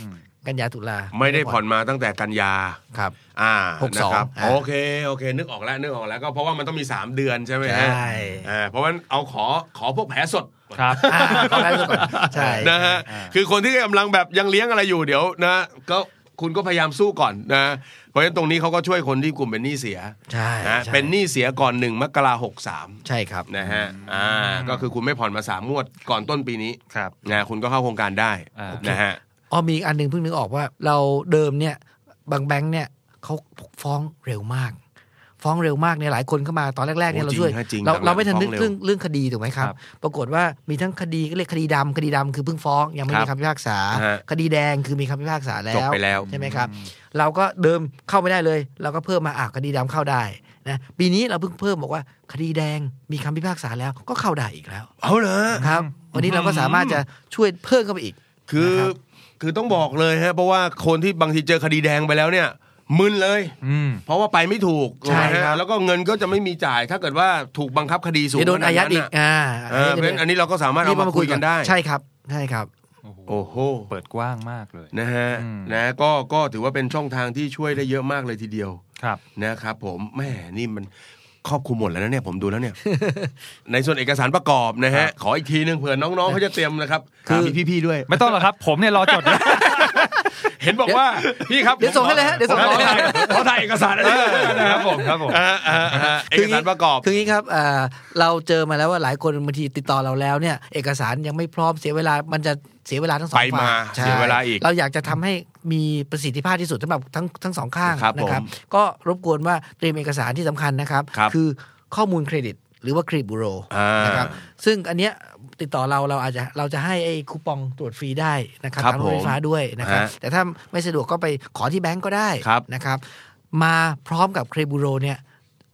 อืม กันยาตุลา ไม่ได้ผ่อนมาตั้งแต่กันยา ครับ อ่า หกสอง นะครับ อ่า โอเคโอเค นึกออกแล้วนึกออกแล้วก็เพราะว่ามันต้องมี 3 เดือนใช่ไหม ใช ฮะ ่ อ่าเพราะว่าเอาขอขอพวกแผลสด ครับ อ่าเข้าได้ซะก่อนใช่ นะฮะ อ่า คือคนที่กำลังแบบยังเลี้ยงอะไรอยู่เดี๋ยวนะก็คุณก็พยายามสู้ก่อนนะเพราะฉะนั้นตรงนี้เขาก็ช่วยคนที่กลุ่มเป็นหนี้เสีย ใช่ นะ ใช่ เป็นหนี้เสียก่อนหนึ่งมกราหกสาม ใช่ครับ นะฮะอ่าก็คือคุณไม่ผ่อนมาสามงวดก่อนต้นปีนี้ ครับ นะคุณก็เข้าโครงการได้ อ่า นะฮะ อ๋อมีอีกอันหนึ่งเพิ่งนึกออกว่า เราเดิมเนี่ยบางแบงค์เนี่ยเขาฟ้องเร็วมาก ฟ้องเร็วมากเนี่ยหลายคนเข้ามาตอนแรกๆเนี่ยเราช่วย โอ้จงฮะจง เรา หลังๆ เราไม่ทันนึก ฟ้ เรื่องเรื่องคดีถูกไหมครับ ครับ ปรากฏว่ามีทั้งคดีก็เรียกคดีดำคดีดำคือเพิ่งฟ้องยังไม่มีคำพิพากษา ฮะ คดีแดงคือมีคำพิพากษาแล้ จบ ว ไปแล้ว ใช่ไหมครับ เราก็เดิมเข้าไม่ได้เลย เราก็เพิ่มมาอ่ะคดีดำเข้าได้นะปีนี้เราเพิ่งเพิ่มบอกว่าคดีแดงมีคำพิพากษาแล้วก็เข้าได้อีกแล้ว เอาเหรอ ครับวันนี้เราก็สามารถจะช่วยเพิ่มเข้าไปอีก คือ นะครับ คือต้องบอกเลยฮะเพราะว่าคนที่บางทีเจอคดีแดงไปแล้วเนี่ยมึนเลย อืม เพราะว่าไปไม่ถูก ใช่คถูกไหมรับฮะแล้วก็เงินก็จะไม่มีจ่าย ถ้าเกิดว่าถูกบังคับคดีสูง เดี๋ยวโดนอายัดอีก ขนาดนั้นน่ะ อ่า เออเพราะฉะนั้นอันนี้เราก็สามารถ รี เอา บ มาคุยกันได้ ใช่ครับใช่ครับ โอ้โห เปิดกว้างมากเลย นะฮะ อืม นะก็ก็ถือว่าเป็นช่องทางที่ช่วยได้เยอะมากเลยทีเดียว ครับ นะครับผมแม่นี่มันครอบคลุมหมดแล้วนะเนี่ยผมดูแล้วเนี่ย ในส่วนเอกสารประกอบนะฮะ ขออีกทีหนึงเผื่อน้องๆเขาจะเตรียมนะครับ คือ มีพี่ๆด้วย ไม่ต้องหรอกครับ ผมเนี่ยรอจดนะ เห็นบอก ว่าพี่ครับ เดี๋ยวส่งให้เลยฮะเดี๋ยวส่งให้เลยฮะ เพราะถ่ายเอกสารอะไรนะครับผมครับผม เออเออเออเอกสารประกอบ คืออย่างนี้ครับเอ่อเราเจอมาแล้วว่าหลายคนบางทีติดต่อเราแล้วเนี่ย เอกสารยังไม่พร้อมเสียเวลา มันจะเสียเวลาทั้งสอง ไป ฝ่าม ายเสียเวลาอีก เราอยากจะทำให้มีประสิทธิภาพที่สุดสำหรับทั้งทั้งสองข้าง ครับ นะครั ผม ก็รบกวนว่าเตรียมเอกสารที่สำคัญนะครับ ครับ อข้อมูลเครดิตหรือว่าเครดิตบูโร อ่า นะครับซึ่งอันเนี้ยติดต่อเราเราอาจจะเราจะให้ไอ้คูปองตรวจฟรีได้นะครับ ครับ ตามรถไฟฟ้าด้วยนะครับ ฮะ แต่ถ้าไม่สะดวกก็ไปขอที่แบงก์ก็ได้ ครับ นะครับ มาพร้อมกับเครดิตบูโรเนี่ย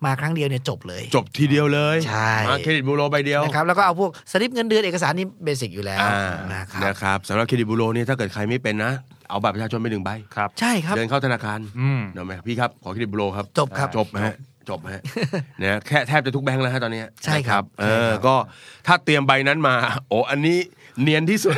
มาครั้งเดียวเนี่ยจบเลย จบทีเดียวเลย ใช่ มาเครดิตบูโรใบเดียว นะครับแล้วก็เอาพวกสลิปเงินเดือนเอกสารนี่เบสิกอยู่แล้ว อ่า นะครับ นะครับสำหรับเครดิตบูโรนี่ถ้าเกิดใครไม่เป็นนะ เอาบัตรประชาชนไปหนึ่งใบ ครับ ใช่ครับ เดินเข้าธนาคาร อืม เดี๋ยวไหมพี่ครับ ขอเครดิตบูโรครับ จบครับ จบฮะจบฮะเนี่ย แค่แทบจะทุกแบงค์แล้วฮะตอนเนี้ย ใช่ครับ นะเอ ใช่ อ ครับ ก็ถ้าเตรียมใบนั้นมา โอ้อันนี้เนียนที่สุด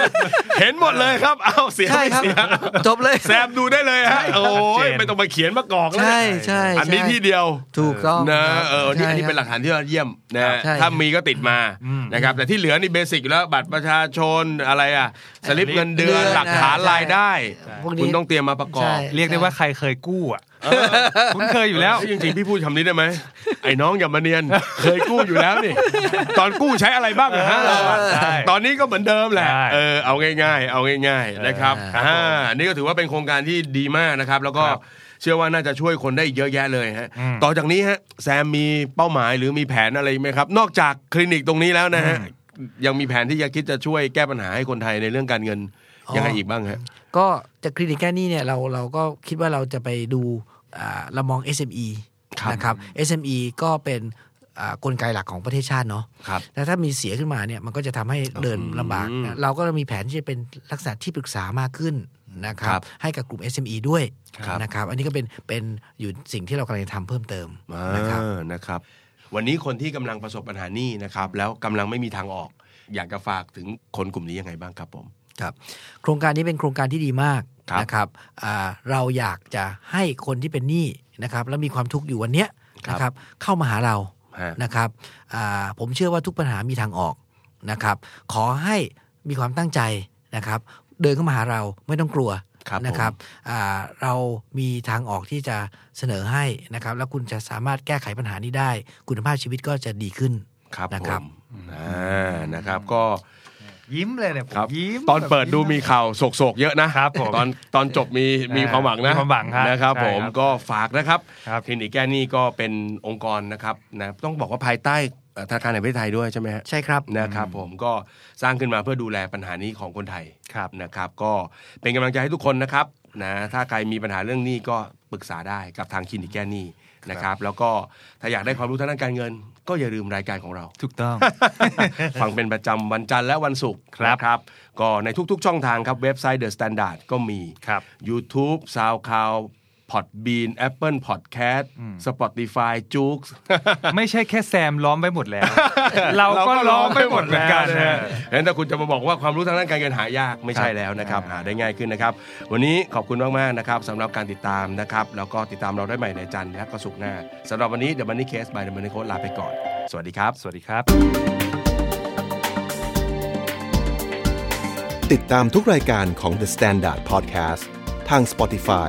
เห็นหมดเลยครับ เอาเสีย ใช่ ไม่ ครับ เสีย จบเลย แซมดูได้เลยฮะโอ้ ชัดเจ ย น ไม่ต้องมาเขียนมากรอกแล้ว ใช่ เนี่ย ใช่ใช่ อันนี้ที่เดียว ถูกต้อง นะครับ เออนี่ ใช่ อันนี้เป็นหลัก ครัฐาบนที่ยอดเยี่ยมนะ ใช่ ถ้ามีก็ติดมา อืม นะครับแต่ที่เหลือนี่เบสิกอยู่แล้วบัตรประชาชนอะไรอ่ะสลิปเงินเดือน เดือน หลักฐาน อ่ะใช่ รายได้ พวกนี้ คุณต้องเตรียมมาประกอ ใช่ บ เรียกได้ว่าใครเคยกู้อ่ะคุ้นเคยอยู่แล้ว จริงๆพี่พูดคำนี้ได้ ไหมไอ้น้องอย่ามาเนียน เคยกู้อยู่แล้ว นี่ตอนกู้ใช้อะไรบ้างอะฮะเราอะ ใช่ ตอนนี้ก็เหมือนเดิมแหละ ใช่ เออเอาง่าย ๆ เอาง่าย ๆนะครับอ่าอันนี้ก็ถือว่าเป็นโครงการที่ดีมากนะครับ แล้วก็เชื่อว่าน่าจะช่วยคนได้เยอะแยะเลยฮะ ม ต่อจากนี้ฮะแซมมีเป้าหมายหรือมีแผนอะไรไหมครับ นอกจากคลินิกตรงนี้แล้วนะฮะ ยังมีแผนที่จะคิดจะช่วยแก้ปัญหาให้คนไทยในเรื่องการเงิน อ๋อ ยังไงอีกบ้างฮะ ก็จากคลินิกแก้หนี้เนี่ยเราเราก็คิดว่าเราจะไปดูอ่าเรามอง SME ครับ นะครับ SME ก็เป็นอ่ากลไกหลักของประเทศชาติเนาะ ครับ แต่ถ้ามีเสียขึ้นมาเนี่ยมันก็จะทำให้เดินลำบาก อืม นะเราก็มีแผนที่จะเป็นลักษณะที่ปรึกษามากขึ้นนะค ค รั รั บบ ให้กับกลุ่ม SME ด้วย ครับ นะครับอันนี้ก็เป็นเป็นอยู่สิ่งที่เรากำลังจะทำเพิ่มเติมนะครับ อ่านะครับ วันนี้คนที่กำลังประสบปัญหานี้นะครับ แล้วกำลังไม่มีทางออก อยากจะฝากถึงคนกลุ่มนี้ยังไงบ้างครับผม ครับโครงการนี้เป็นโครงการที่ดีมาก ครับ นะครับอ่าเราอยากจะให้คนที่เป็นหนี้นะครับแล้วมีความทุกข์อยู่วันเนี้ย ครับ นะครับเข้ามาหาเรา ฮะ นะครับอ่าผมเชื่อว่าทุกปัญหามีทางออกนะครับขอให้มีความตั้งใจนะครับเดินเข้ามาหาเราไม่ต้องกลัว ครับผม นะครับอ่าเรามีทางออกที่จะเสนอให้นะครับแล้วคุณจะสามารถแก้ไขปัญหานี้ได้ คุณภาพชีวิตก็จะดีขึ้น ครับ นะ ผ ครับ มอ่านะครับก็ ยิ้มเลยเนี่ยผม ครับ ยิ้ม ตอนเปิด แบบ ดูมีข่าวโศกๆเยอะนะครับ ผม ตอนตอนจบมีมีความหวังนะ มีความหวังครับ นะครับ ใช่ ผม ครับ ก็ฝากนะครับ ครับ คลินิกแก้หนี้ก็เป็นองค์กรนะครับนะต้องบอกว่าภายใต้เอ่อธนาคารแห่งประเทศไทยด้วยใช่ไหมฮะ ใช่ครับ นะครับผมก็สร้างขึ้นมาเพื่อดูแลปัญหานี้ของคนไทย ครับ นะครับ ก็เป็นกำลังใจให้ทุกคนนะครับนะถ้าใครมีปัญหาเรื่องหนี้ก็ปรึกษาได้กับทางคลินิกแก้หนี้นะครับ แล้วก็ถ้าอยากได้ความรู้ทางด้านการเงิน ก็อย่าลืมรายการของเรา ถูกต้อง ฟังเป็นประจำวันจันทร์และวันศุกร์ ครับ นะครับ ก็ในทุกๆช่องทางครับเว็บไซต์ The Standard ก็มี ครับ YouTube SoundCloud Podbean Apple Podcast Spotify j o o x ไม่ใช่แค่แซมล้อมไปหมดแล้ว เราก็ล้อมไปหมดเหมือนกันนะ งั้นถ้าคุณจะมาบอกว่าความรู้ทางด้านการเงินหายากไม่ใช่แล้วนะครับ หาได้ง่ายขึ้นนะครับ วันนี้ขอบคุณมากๆนะครับสำหรับการติดตามนะครับ แล้วก็ติดตามเราได้ใหม่ในจันทร์และก็ศุกร์หน้าสำหรับวันนี้ The Money Case by The Money Coach ลาไปก่อน สวัสดีครับ สวัสดีครับ ติดตามทุกรายการของ The Standard Podcast ทาง Spotify,